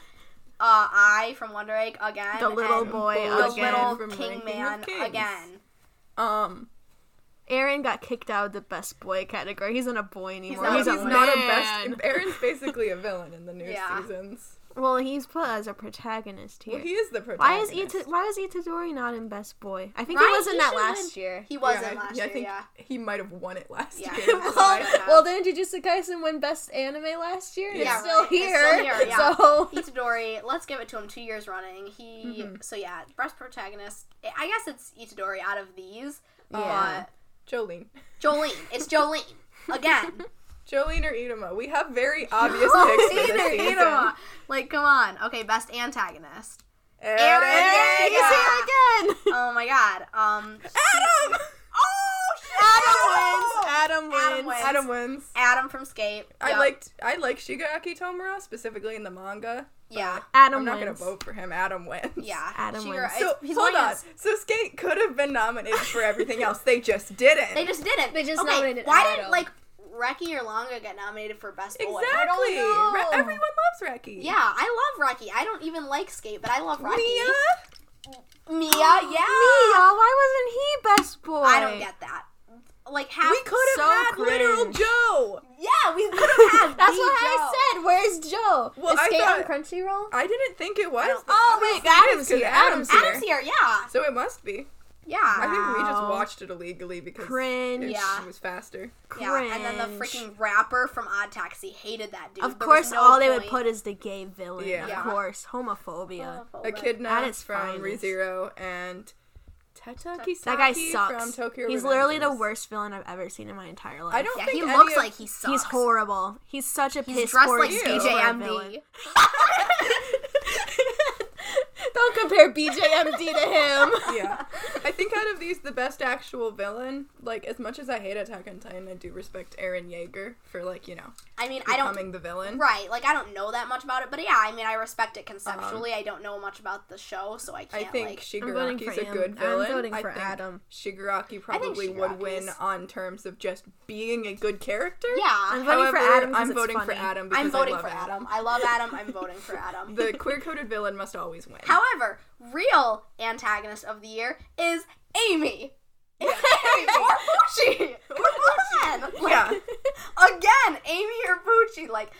[SPEAKER 3] I from Wonder Egg again.
[SPEAKER 1] The little
[SPEAKER 3] and
[SPEAKER 1] boy
[SPEAKER 3] The
[SPEAKER 1] again
[SPEAKER 3] little
[SPEAKER 2] from
[SPEAKER 3] king
[SPEAKER 2] Ranking of
[SPEAKER 3] man
[SPEAKER 2] Kings.
[SPEAKER 3] again.
[SPEAKER 2] Um,
[SPEAKER 1] Aaron got kicked out of the best boy category. He's not a boy anymore.
[SPEAKER 3] not a
[SPEAKER 2] he's
[SPEAKER 3] He's
[SPEAKER 2] not a
[SPEAKER 1] man.
[SPEAKER 2] best. [laughs] Eren's basically a villain in the new
[SPEAKER 3] Yeah.
[SPEAKER 2] seasons.
[SPEAKER 1] Well, he's put as a protagonist here.
[SPEAKER 2] Well, he is the
[SPEAKER 1] why is
[SPEAKER 2] protagonist.
[SPEAKER 1] Ita- Why is Itadori not in best boy? I think
[SPEAKER 3] Right,
[SPEAKER 1] he was in
[SPEAKER 3] he
[SPEAKER 1] that
[SPEAKER 3] should
[SPEAKER 1] last
[SPEAKER 3] [laughs]
[SPEAKER 1] year.
[SPEAKER 3] He wasn't
[SPEAKER 2] I-
[SPEAKER 3] last
[SPEAKER 2] I
[SPEAKER 3] year.
[SPEAKER 2] think [laughs]
[SPEAKER 3] Yeah.
[SPEAKER 2] he might have won it last
[SPEAKER 3] Yeah.
[SPEAKER 1] [laughs]
[SPEAKER 2] year. [laughs]
[SPEAKER 3] Well-
[SPEAKER 2] But-
[SPEAKER 1] well, then Jujutsu Kaisen won Best Anime last year, and
[SPEAKER 3] Yeah,
[SPEAKER 1] it's still
[SPEAKER 3] right. It's
[SPEAKER 1] here.
[SPEAKER 3] still here, yeah.
[SPEAKER 1] So
[SPEAKER 3] Itadori, let's give it to him two years running. He
[SPEAKER 2] Mm-hmm.
[SPEAKER 3] so yeah, best protagonist. I- I guess it's Itadori out of these.
[SPEAKER 1] Yeah.
[SPEAKER 2] Jolene.
[SPEAKER 3] But Jolene,
[SPEAKER 2] [laughs]
[SPEAKER 3] it's Jolene again.
[SPEAKER 2] Jolene or Idoma. [laughs] We have very obvious picks
[SPEAKER 3] [laughs]
[SPEAKER 2] for
[SPEAKER 3] Either,
[SPEAKER 2] this season.
[SPEAKER 3] either one. Like, come on. Okay, best antagonist.
[SPEAKER 2] Eren [laughs]
[SPEAKER 3] Eren
[SPEAKER 2] Yeager.
[SPEAKER 1] he's
[SPEAKER 3] Yeah.
[SPEAKER 1] here again.
[SPEAKER 3] Oh my god. Um,
[SPEAKER 2] Adam!
[SPEAKER 1] Adam wins. Adam wins.
[SPEAKER 3] Adam wins.
[SPEAKER 2] Adam wins.
[SPEAKER 3] Adam from Skate.
[SPEAKER 2] I
[SPEAKER 3] Yep.
[SPEAKER 2] liked I like Shigaraki Tomura specifically in the manga.
[SPEAKER 3] Yeah.
[SPEAKER 1] Adam
[SPEAKER 2] I'm not
[SPEAKER 1] wins.
[SPEAKER 2] gonna vote for him. Adam wins.
[SPEAKER 3] Yeah.
[SPEAKER 1] Adam
[SPEAKER 3] Shigeru-
[SPEAKER 1] wins.
[SPEAKER 3] it's-
[SPEAKER 2] [laughs] So
[SPEAKER 3] he's
[SPEAKER 2] hold
[SPEAKER 3] going
[SPEAKER 2] on.
[SPEAKER 3] as-
[SPEAKER 2] So Skate could have been nominated for everything else. They just didn't.
[SPEAKER 3] They just didn't.
[SPEAKER 1] They just
[SPEAKER 3] okay,
[SPEAKER 1] nominated
[SPEAKER 3] Why
[SPEAKER 1] Adam.
[SPEAKER 3] didn't like Reki or Longa get nominated for best boy?
[SPEAKER 2] exactly.
[SPEAKER 3] I don't know.
[SPEAKER 2] Re- everyone loves Reki.
[SPEAKER 3] Yeah, I love Reki. I don't even like Skate, but I love Reki.
[SPEAKER 2] Mia.
[SPEAKER 3] Mia, yeah.
[SPEAKER 1] Oh, Mia, why wasn't he best boy?
[SPEAKER 3] I don't get that. Like half.
[SPEAKER 2] We could have
[SPEAKER 1] So
[SPEAKER 2] had literal
[SPEAKER 1] cringe.
[SPEAKER 2] Joe.
[SPEAKER 3] Yeah, we could have had.
[SPEAKER 1] That's
[SPEAKER 3] the
[SPEAKER 1] what
[SPEAKER 3] Joe.
[SPEAKER 1] I said. Where's Joe?
[SPEAKER 2] Well,
[SPEAKER 1] Is
[SPEAKER 2] I
[SPEAKER 1] Skate on
[SPEAKER 2] thought-
[SPEAKER 1] Crunchyroll?
[SPEAKER 2] I didn't think it was.
[SPEAKER 3] don't-
[SPEAKER 2] though.
[SPEAKER 1] Oh, wait,
[SPEAKER 2] Because
[SPEAKER 1] Adam's here,
[SPEAKER 2] Adam's
[SPEAKER 1] Adam's
[SPEAKER 3] Adam's here. Yeah,
[SPEAKER 2] So it must be.
[SPEAKER 3] yeah.
[SPEAKER 2] I think we just
[SPEAKER 1] Wow.
[SPEAKER 2] watched it illegally because
[SPEAKER 1] Cringe.
[SPEAKER 2] It,
[SPEAKER 3] Yeah.
[SPEAKER 2] it was faster.
[SPEAKER 3] yeah, and then the
[SPEAKER 1] Cringe.
[SPEAKER 3] freaking rapper from Odd Taxi hated that dude.
[SPEAKER 1] Of
[SPEAKER 3] There
[SPEAKER 1] course,
[SPEAKER 3] was no
[SPEAKER 1] all they would
[SPEAKER 3] point.
[SPEAKER 1] put is the gay villain.
[SPEAKER 2] Yeah.
[SPEAKER 3] Yeah. Oh,
[SPEAKER 1] Of course, homophobia.
[SPEAKER 2] A
[SPEAKER 1] At
[SPEAKER 2] Echidna
[SPEAKER 1] its
[SPEAKER 2] from
[SPEAKER 1] finest.
[SPEAKER 2] ReZero and Teta Kisaki
[SPEAKER 1] That guy
[SPEAKER 2] from
[SPEAKER 1] sucks.
[SPEAKER 2] Tokyo
[SPEAKER 1] He's literally the
[SPEAKER 2] Revengers.
[SPEAKER 1] worst villain I've ever seen in my entire life.
[SPEAKER 2] I don't
[SPEAKER 3] Yeah,
[SPEAKER 2] think
[SPEAKER 3] he
[SPEAKER 2] any
[SPEAKER 3] looks
[SPEAKER 2] of-
[SPEAKER 3] like he sucks.
[SPEAKER 1] He's horrible. He's such a
[SPEAKER 3] He's
[SPEAKER 1] piss
[SPEAKER 3] dressed
[SPEAKER 1] poor
[SPEAKER 3] like
[SPEAKER 2] you.
[SPEAKER 1] excuse for a
[SPEAKER 3] BJMD. [laughs]
[SPEAKER 1] villain. Don't compare BJMD
[SPEAKER 3] [laughs]
[SPEAKER 1] to him.
[SPEAKER 2] yeah. [laughs] I think out of these, the best actual villain, like, as much as I hate Attack on Titan, I do respect Aaron Yeager for, like, you know,
[SPEAKER 3] I mean, I don't
[SPEAKER 2] becoming the villain.
[SPEAKER 3] [laughs] Right, like I don't know that much about it, but yeah, I mean I respect it conceptually. I don't know much about the show, so I
[SPEAKER 2] I
[SPEAKER 3] can't
[SPEAKER 2] think
[SPEAKER 3] like
[SPEAKER 1] I'm voting for
[SPEAKER 2] Shigaraki's a
[SPEAKER 1] him.
[SPEAKER 2] good
[SPEAKER 1] I'm
[SPEAKER 2] villain.
[SPEAKER 1] voting
[SPEAKER 2] I
[SPEAKER 1] for
[SPEAKER 2] think
[SPEAKER 1] Adam.
[SPEAKER 2] Shigaraki probably would win
[SPEAKER 3] Shigaraki's-
[SPEAKER 2] on terms of just being a good character.
[SPEAKER 3] Yeah.
[SPEAKER 1] I'm voting
[SPEAKER 3] I'm,
[SPEAKER 2] However,
[SPEAKER 1] for Adam. 'cause
[SPEAKER 2] I'm
[SPEAKER 1] it's
[SPEAKER 2] voting for
[SPEAKER 1] funny.
[SPEAKER 2] Adam because I
[SPEAKER 3] voting
[SPEAKER 2] love
[SPEAKER 3] for Adam. I love Adam, I'm voting for
[SPEAKER 2] [laughs]
[SPEAKER 3] Adam.
[SPEAKER 2] the queer coded villain must always win.
[SPEAKER 3] However, real antagonist of the year is Amy. It's Amy [laughs]
[SPEAKER 2] [laughs]
[SPEAKER 3] or Poochie. Or
[SPEAKER 2] [laughs]
[SPEAKER 3] Poochie. Like, [laughs]
[SPEAKER 2] yeah.
[SPEAKER 3] Again, Amy or Poochie. Like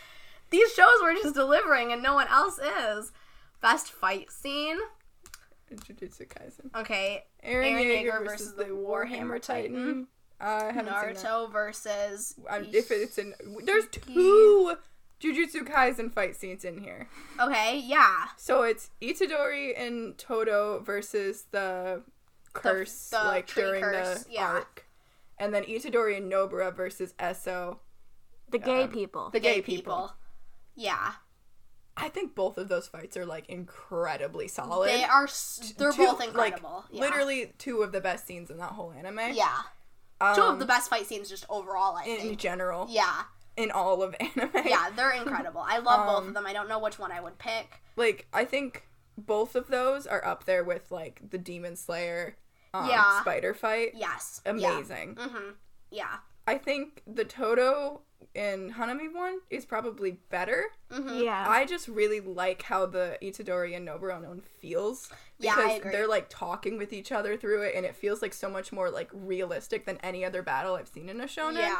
[SPEAKER 3] these shows were just delivering and no one else is. Best fight scene.
[SPEAKER 2] Jujutsu Kaisen.
[SPEAKER 3] Okay.
[SPEAKER 2] Aaron,
[SPEAKER 3] Aaron
[SPEAKER 2] Yeager,
[SPEAKER 3] Yeager
[SPEAKER 2] versus,
[SPEAKER 3] versus
[SPEAKER 2] the
[SPEAKER 3] the Warhammer
[SPEAKER 2] Warhammer Titan. I haven't seen that.
[SPEAKER 3] Naruto versus.
[SPEAKER 2] I'm, if it's in, there's two Jujutsu Kaisen fight scenes in here.
[SPEAKER 3] Okay, yeah.
[SPEAKER 2] So it's Itadori and Toto versus the curse,
[SPEAKER 3] the
[SPEAKER 2] like
[SPEAKER 3] tree
[SPEAKER 2] during
[SPEAKER 3] curse,
[SPEAKER 2] the
[SPEAKER 3] yeah.
[SPEAKER 2] arc, and then Itadori and Nobara versus Esso,
[SPEAKER 1] The gay
[SPEAKER 2] Um,
[SPEAKER 1] people.
[SPEAKER 2] the gay, people.
[SPEAKER 3] Yeah,
[SPEAKER 2] I think both of those fights are like incredibly solid.
[SPEAKER 3] they are. s- They're
[SPEAKER 2] Two-
[SPEAKER 3] both incredible.
[SPEAKER 2] Like,
[SPEAKER 3] yeah.
[SPEAKER 2] Literally two of the best scenes in that whole anime.
[SPEAKER 3] Yeah,
[SPEAKER 2] um,
[SPEAKER 3] two of the best fight scenes just overall. I
[SPEAKER 2] in
[SPEAKER 3] think.
[SPEAKER 2] general
[SPEAKER 3] Yeah,
[SPEAKER 2] in all of [laughs] anime.
[SPEAKER 3] yeah, they're incredible. I love both
[SPEAKER 2] Um,
[SPEAKER 3] of them. I don't know which one I would pick.
[SPEAKER 2] like I think both of those are up there with like the Demon Slayer, um,
[SPEAKER 3] Yeah.
[SPEAKER 2] spider fight.
[SPEAKER 3] Yes.
[SPEAKER 2] Amazing.
[SPEAKER 3] Yeah. Mm-hmm. Yeah.
[SPEAKER 2] I think the Toto and Hanami one is probably better.
[SPEAKER 3] Mm-hmm.
[SPEAKER 1] yeah.
[SPEAKER 2] I just really like how the Itadori and Nobara one feels
[SPEAKER 3] Yeah, I
[SPEAKER 2] because
[SPEAKER 3] agree.
[SPEAKER 2] they're like talking with each other through it, and it feels like so much more like realistic than any other battle I've seen in a shonen.
[SPEAKER 3] Yeah.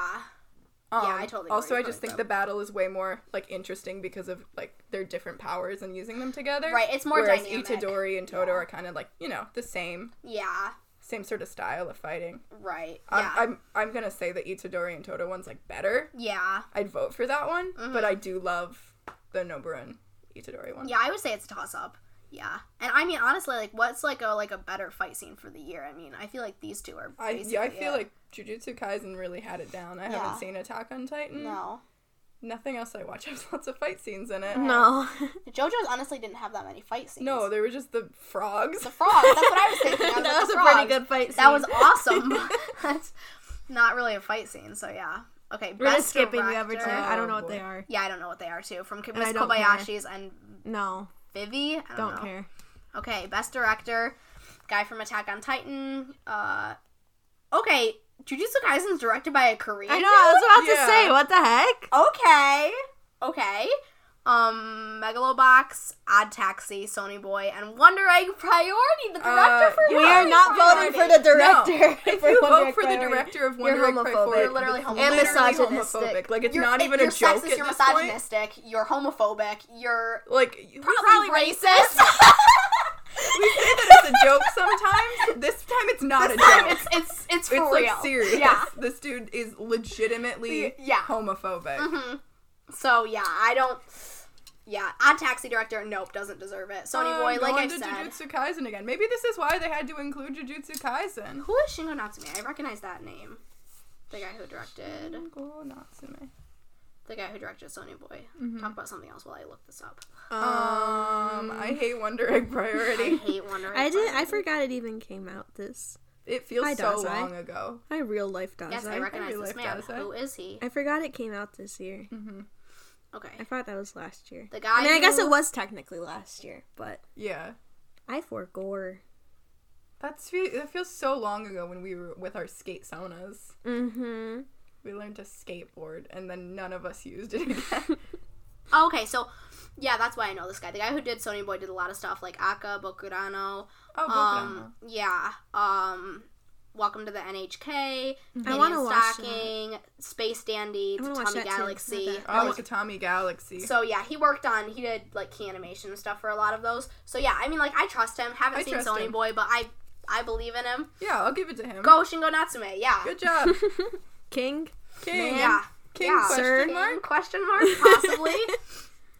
[SPEAKER 2] Um,
[SPEAKER 3] I totally agree
[SPEAKER 2] Also, I
[SPEAKER 3] with
[SPEAKER 2] just
[SPEAKER 3] that.
[SPEAKER 2] think the battle is way more like interesting because of like their different powers and using them together.
[SPEAKER 3] Right, it's more
[SPEAKER 2] Whereas
[SPEAKER 3] dynamic.
[SPEAKER 2] Itadori and Toto
[SPEAKER 3] Yeah.
[SPEAKER 2] are kind of like you know the same
[SPEAKER 3] Yeah.
[SPEAKER 2] same sort of style of fighting.
[SPEAKER 3] Right.
[SPEAKER 2] I'm,
[SPEAKER 3] Yeah.
[SPEAKER 2] I'm I'm gonna say the Itadori and Toto one's like better.
[SPEAKER 3] yeah.
[SPEAKER 2] I'd vote for that one,
[SPEAKER 3] Mhm.
[SPEAKER 2] but I do love the Nobara and Itadori one.
[SPEAKER 3] Yeah, I would say it's a toss up. Yeah. And I mean honestly, like what's like a like a better fight scene for the year? I mean, I feel like these two are
[SPEAKER 2] I yeah I
[SPEAKER 3] basically
[SPEAKER 2] feel
[SPEAKER 3] it.
[SPEAKER 2] like Jujutsu Kaisen really had it down. I
[SPEAKER 3] Yeah.
[SPEAKER 2] haven't seen Attack on Titan.
[SPEAKER 3] no.
[SPEAKER 2] Nothing else I watch [laughs] has lots of fight scenes in it.
[SPEAKER 1] no. [laughs]
[SPEAKER 3] JoJo's honestly didn't have that many fight scenes.
[SPEAKER 2] No, they were just the frogs.
[SPEAKER 3] the frogs. That's what I was
[SPEAKER 1] [laughs]
[SPEAKER 3] thinking. I was
[SPEAKER 1] that
[SPEAKER 3] like,
[SPEAKER 1] was a
[SPEAKER 3] the
[SPEAKER 1] pretty
[SPEAKER 3] frogs.
[SPEAKER 1] good fight scene.
[SPEAKER 3] That was awesome. [laughs] That's not really a fight scene, so yeah. Okay,
[SPEAKER 1] We're just
[SPEAKER 3] best
[SPEAKER 1] skipping the other two.
[SPEAKER 3] director.
[SPEAKER 1] I don't know what
[SPEAKER 2] Oh,
[SPEAKER 1] they
[SPEAKER 2] boy.
[SPEAKER 1] are.
[SPEAKER 3] Yeah, I don't know what they are too. From Miss
[SPEAKER 1] I don't
[SPEAKER 3] Kobayashi's and
[SPEAKER 1] No,
[SPEAKER 3] Vivi. I don't,
[SPEAKER 1] don't
[SPEAKER 3] know.
[SPEAKER 1] care.
[SPEAKER 3] Okay, best director, guy from Attack on Titan. Uh, okay, Jujutsu Kaisen's directed by a Korean.
[SPEAKER 1] I know. I was about
[SPEAKER 2] Yeah.
[SPEAKER 1] to say, what the heck?
[SPEAKER 3] Okay, okay. Um, Megalobox, Odd Taxi, Sony Boy, and Wonder Egg Priority. The director
[SPEAKER 2] Uh,
[SPEAKER 3] for
[SPEAKER 2] we
[SPEAKER 1] We
[SPEAKER 3] Wonder
[SPEAKER 1] are
[SPEAKER 3] Egg
[SPEAKER 1] not voting for
[SPEAKER 3] Priority.
[SPEAKER 1] the director.
[SPEAKER 2] If you
[SPEAKER 1] Wonder
[SPEAKER 2] vote
[SPEAKER 1] Egg
[SPEAKER 2] for the
[SPEAKER 1] Priority.
[SPEAKER 2] director of
[SPEAKER 1] You're
[SPEAKER 2] Wonder Egg
[SPEAKER 1] homophobic.
[SPEAKER 2] Priority,
[SPEAKER 3] You're literally
[SPEAKER 2] it's
[SPEAKER 3] homophobic.
[SPEAKER 2] literally
[SPEAKER 1] And
[SPEAKER 2] homophobic.
[SPEAKER 1] misogynistic.
[SPEAKER 2] Like it's
[SPEAKER 3] You're-
[SPEAKER 2] not even
[SPEAKER 3] you're
[SPEAKER 2] a joke
[SPEAKER 3] sexist,
[SPEAKER 2] at
[SPEAKER 3] you're
[SPEAKER 2] this point.
[SPEAKER 3] misogynistic, you're homophobic, you're
[SPEAKER 2] Like you-
[SPEAKER 3] probably racist. [laughs]
[SPEAKER 2] we say that it's a joke sometimes. [laughs] This time it's not a joke.
[SPEAKER 3] it's it's it's for
[SPEAKER 2] It's,
[SPEAKER 3] real.
[SPEAKER 2] like serious.
[SPEAKER 3] Yeah.
[SPEAKER 2] This dude is legitimately
[SPEAKER 3] Yeah. Mm-hmm.
[SPEAKER 2] homophobic.
[SPEAKER 3] So yeah, I don't. Yeah, Odd Taxi director. Nope, doesn't deserve it. Sony
[SPEAKER 2] Um,
[SPEAKER 3] Boy, like
[SPEAKER 2] going
[SPEAKER 3] I
[SPEAKER 2] to
[SPEAKER 3] said.
[SPEAKER 2] Jujutsu Kaisen again. Maybe this is why they had to include Jujutsu Kaisen.
[SPEAKER 3] Who is Shingo Natsume? I recognize that name. The guy who directed
[SPEAKER 2] Go Natsume.
[SPEAKER 3] the guy who directed Sony Boy.
[SPEAKER 1] Mm-hmm.
[SPEAKER 3] Talk about something else while I look this up.
[SPEAKER 2] Um, I hate Wonder Egg
[SPEAKER 3] I
[SPEAKER 2] Priority.
[SPEAKER 3] hate
[SPEAKER 1] [laughs]
[SPEAKER 3] Wonder.
[SPEAKER 1] I
[SPEAKER 3] Egg
[SPEAKER 1] did. I
[SPEAKER 3] Priority.
[SPEAKER 1] forgot it even came out. This
[SPEAKER 2] It feels
[SPEAKER 1] Hi,
[SPEAKER 2] so
[SPEAKER 1] Dazai.
[SPEAKER 2] long ago.
[SPEAKER 1] my real life does.
[SPEAKER 3] Yes,
[SPEAKER 1] I,
[SPEAKER 3] I recognize
[SPEAKER 2] really
[SPEAKER 3] this
[SPEAKER 2] like
[SPEAKER 3] man.
[SPEAKER 2] that,
[SPEAKER 3] Who is he?
[SPEAKER 1] I forgot it came out this year.
[SPEAKER 3] Okay,
[SPEAKER 1] I thought that was last year.
[SPEAKER 3] the guy.
[SPEAKER 1] I mean, I guess
[SPEAKER 3] who-
[SPEAKER 1] it was technically last year, but
[SPEAKER 2] Yeah.
[SPEAKER 1] I forgore.
[SPEAKER 2] That's fe- that feels so long ago when we were with our skate saunas.
[SPEAKER 1] Mm-hmm.
[SPEAKER 2] We learned to skateboard, and then none of us used it [laughs] again.
[SPEAKER 3] Oh, okay, so yeah, that's why I know this guy. The guy who did Sony Boy did a lot of stuff like Aka, Bokurano.
[SPEAKER 2] oh,
[SPEAKER 3] Um, yeah. Um, Welcome to the NHK.
[SPEAKER 1] Mm-hmm. I
[SPEAKER 3] I
[SPEAKER 1] wanna watch that.
[SPEAKER 3] Stocking, Space Dandy,
[SPEAKER 1] I wanna watch
[SPEAKER 3] Tommy
[SPEAKER 1] that too.
[SPEAKER 3] Galaxy.
[SPEAKER 1] Not
[SPEAKER 2] Oh, Katami Galaxy.
[SPEAKER 3] So yeah, he worked on he did like key animation and stuff for a lot of those. So yeah, I mean like I trust him. Haven't
[SPEAKER 2] I
[SPEAKER 3] seen
[SPEAKER 2] trust
[SPEAKER 3] Sony
[SPEAKER 2] him.
[SPEAKER 3] Boy, but I I believe in him.
[SPEAKER 2] yeah, I'll give it to him.
[SPEAKER 3] Go Shingo Natsume, yeah.
[SPEAKER 2] Good
[SPEAKER 3] [laughs]
[SPEAKER 2] job,
[SPEAKER 1] [laughs] King.
[SPEAKER 2] King.
[SPEAKER 3] Yeah.
[SPEAKER 2] King
[SPEAKER 3] yeah.
[SPEAKER 2] question
[SPEAKER 1] Sir.
[SPEAKER 2] mark.
[SPEAKER 3] Question mark, possibly.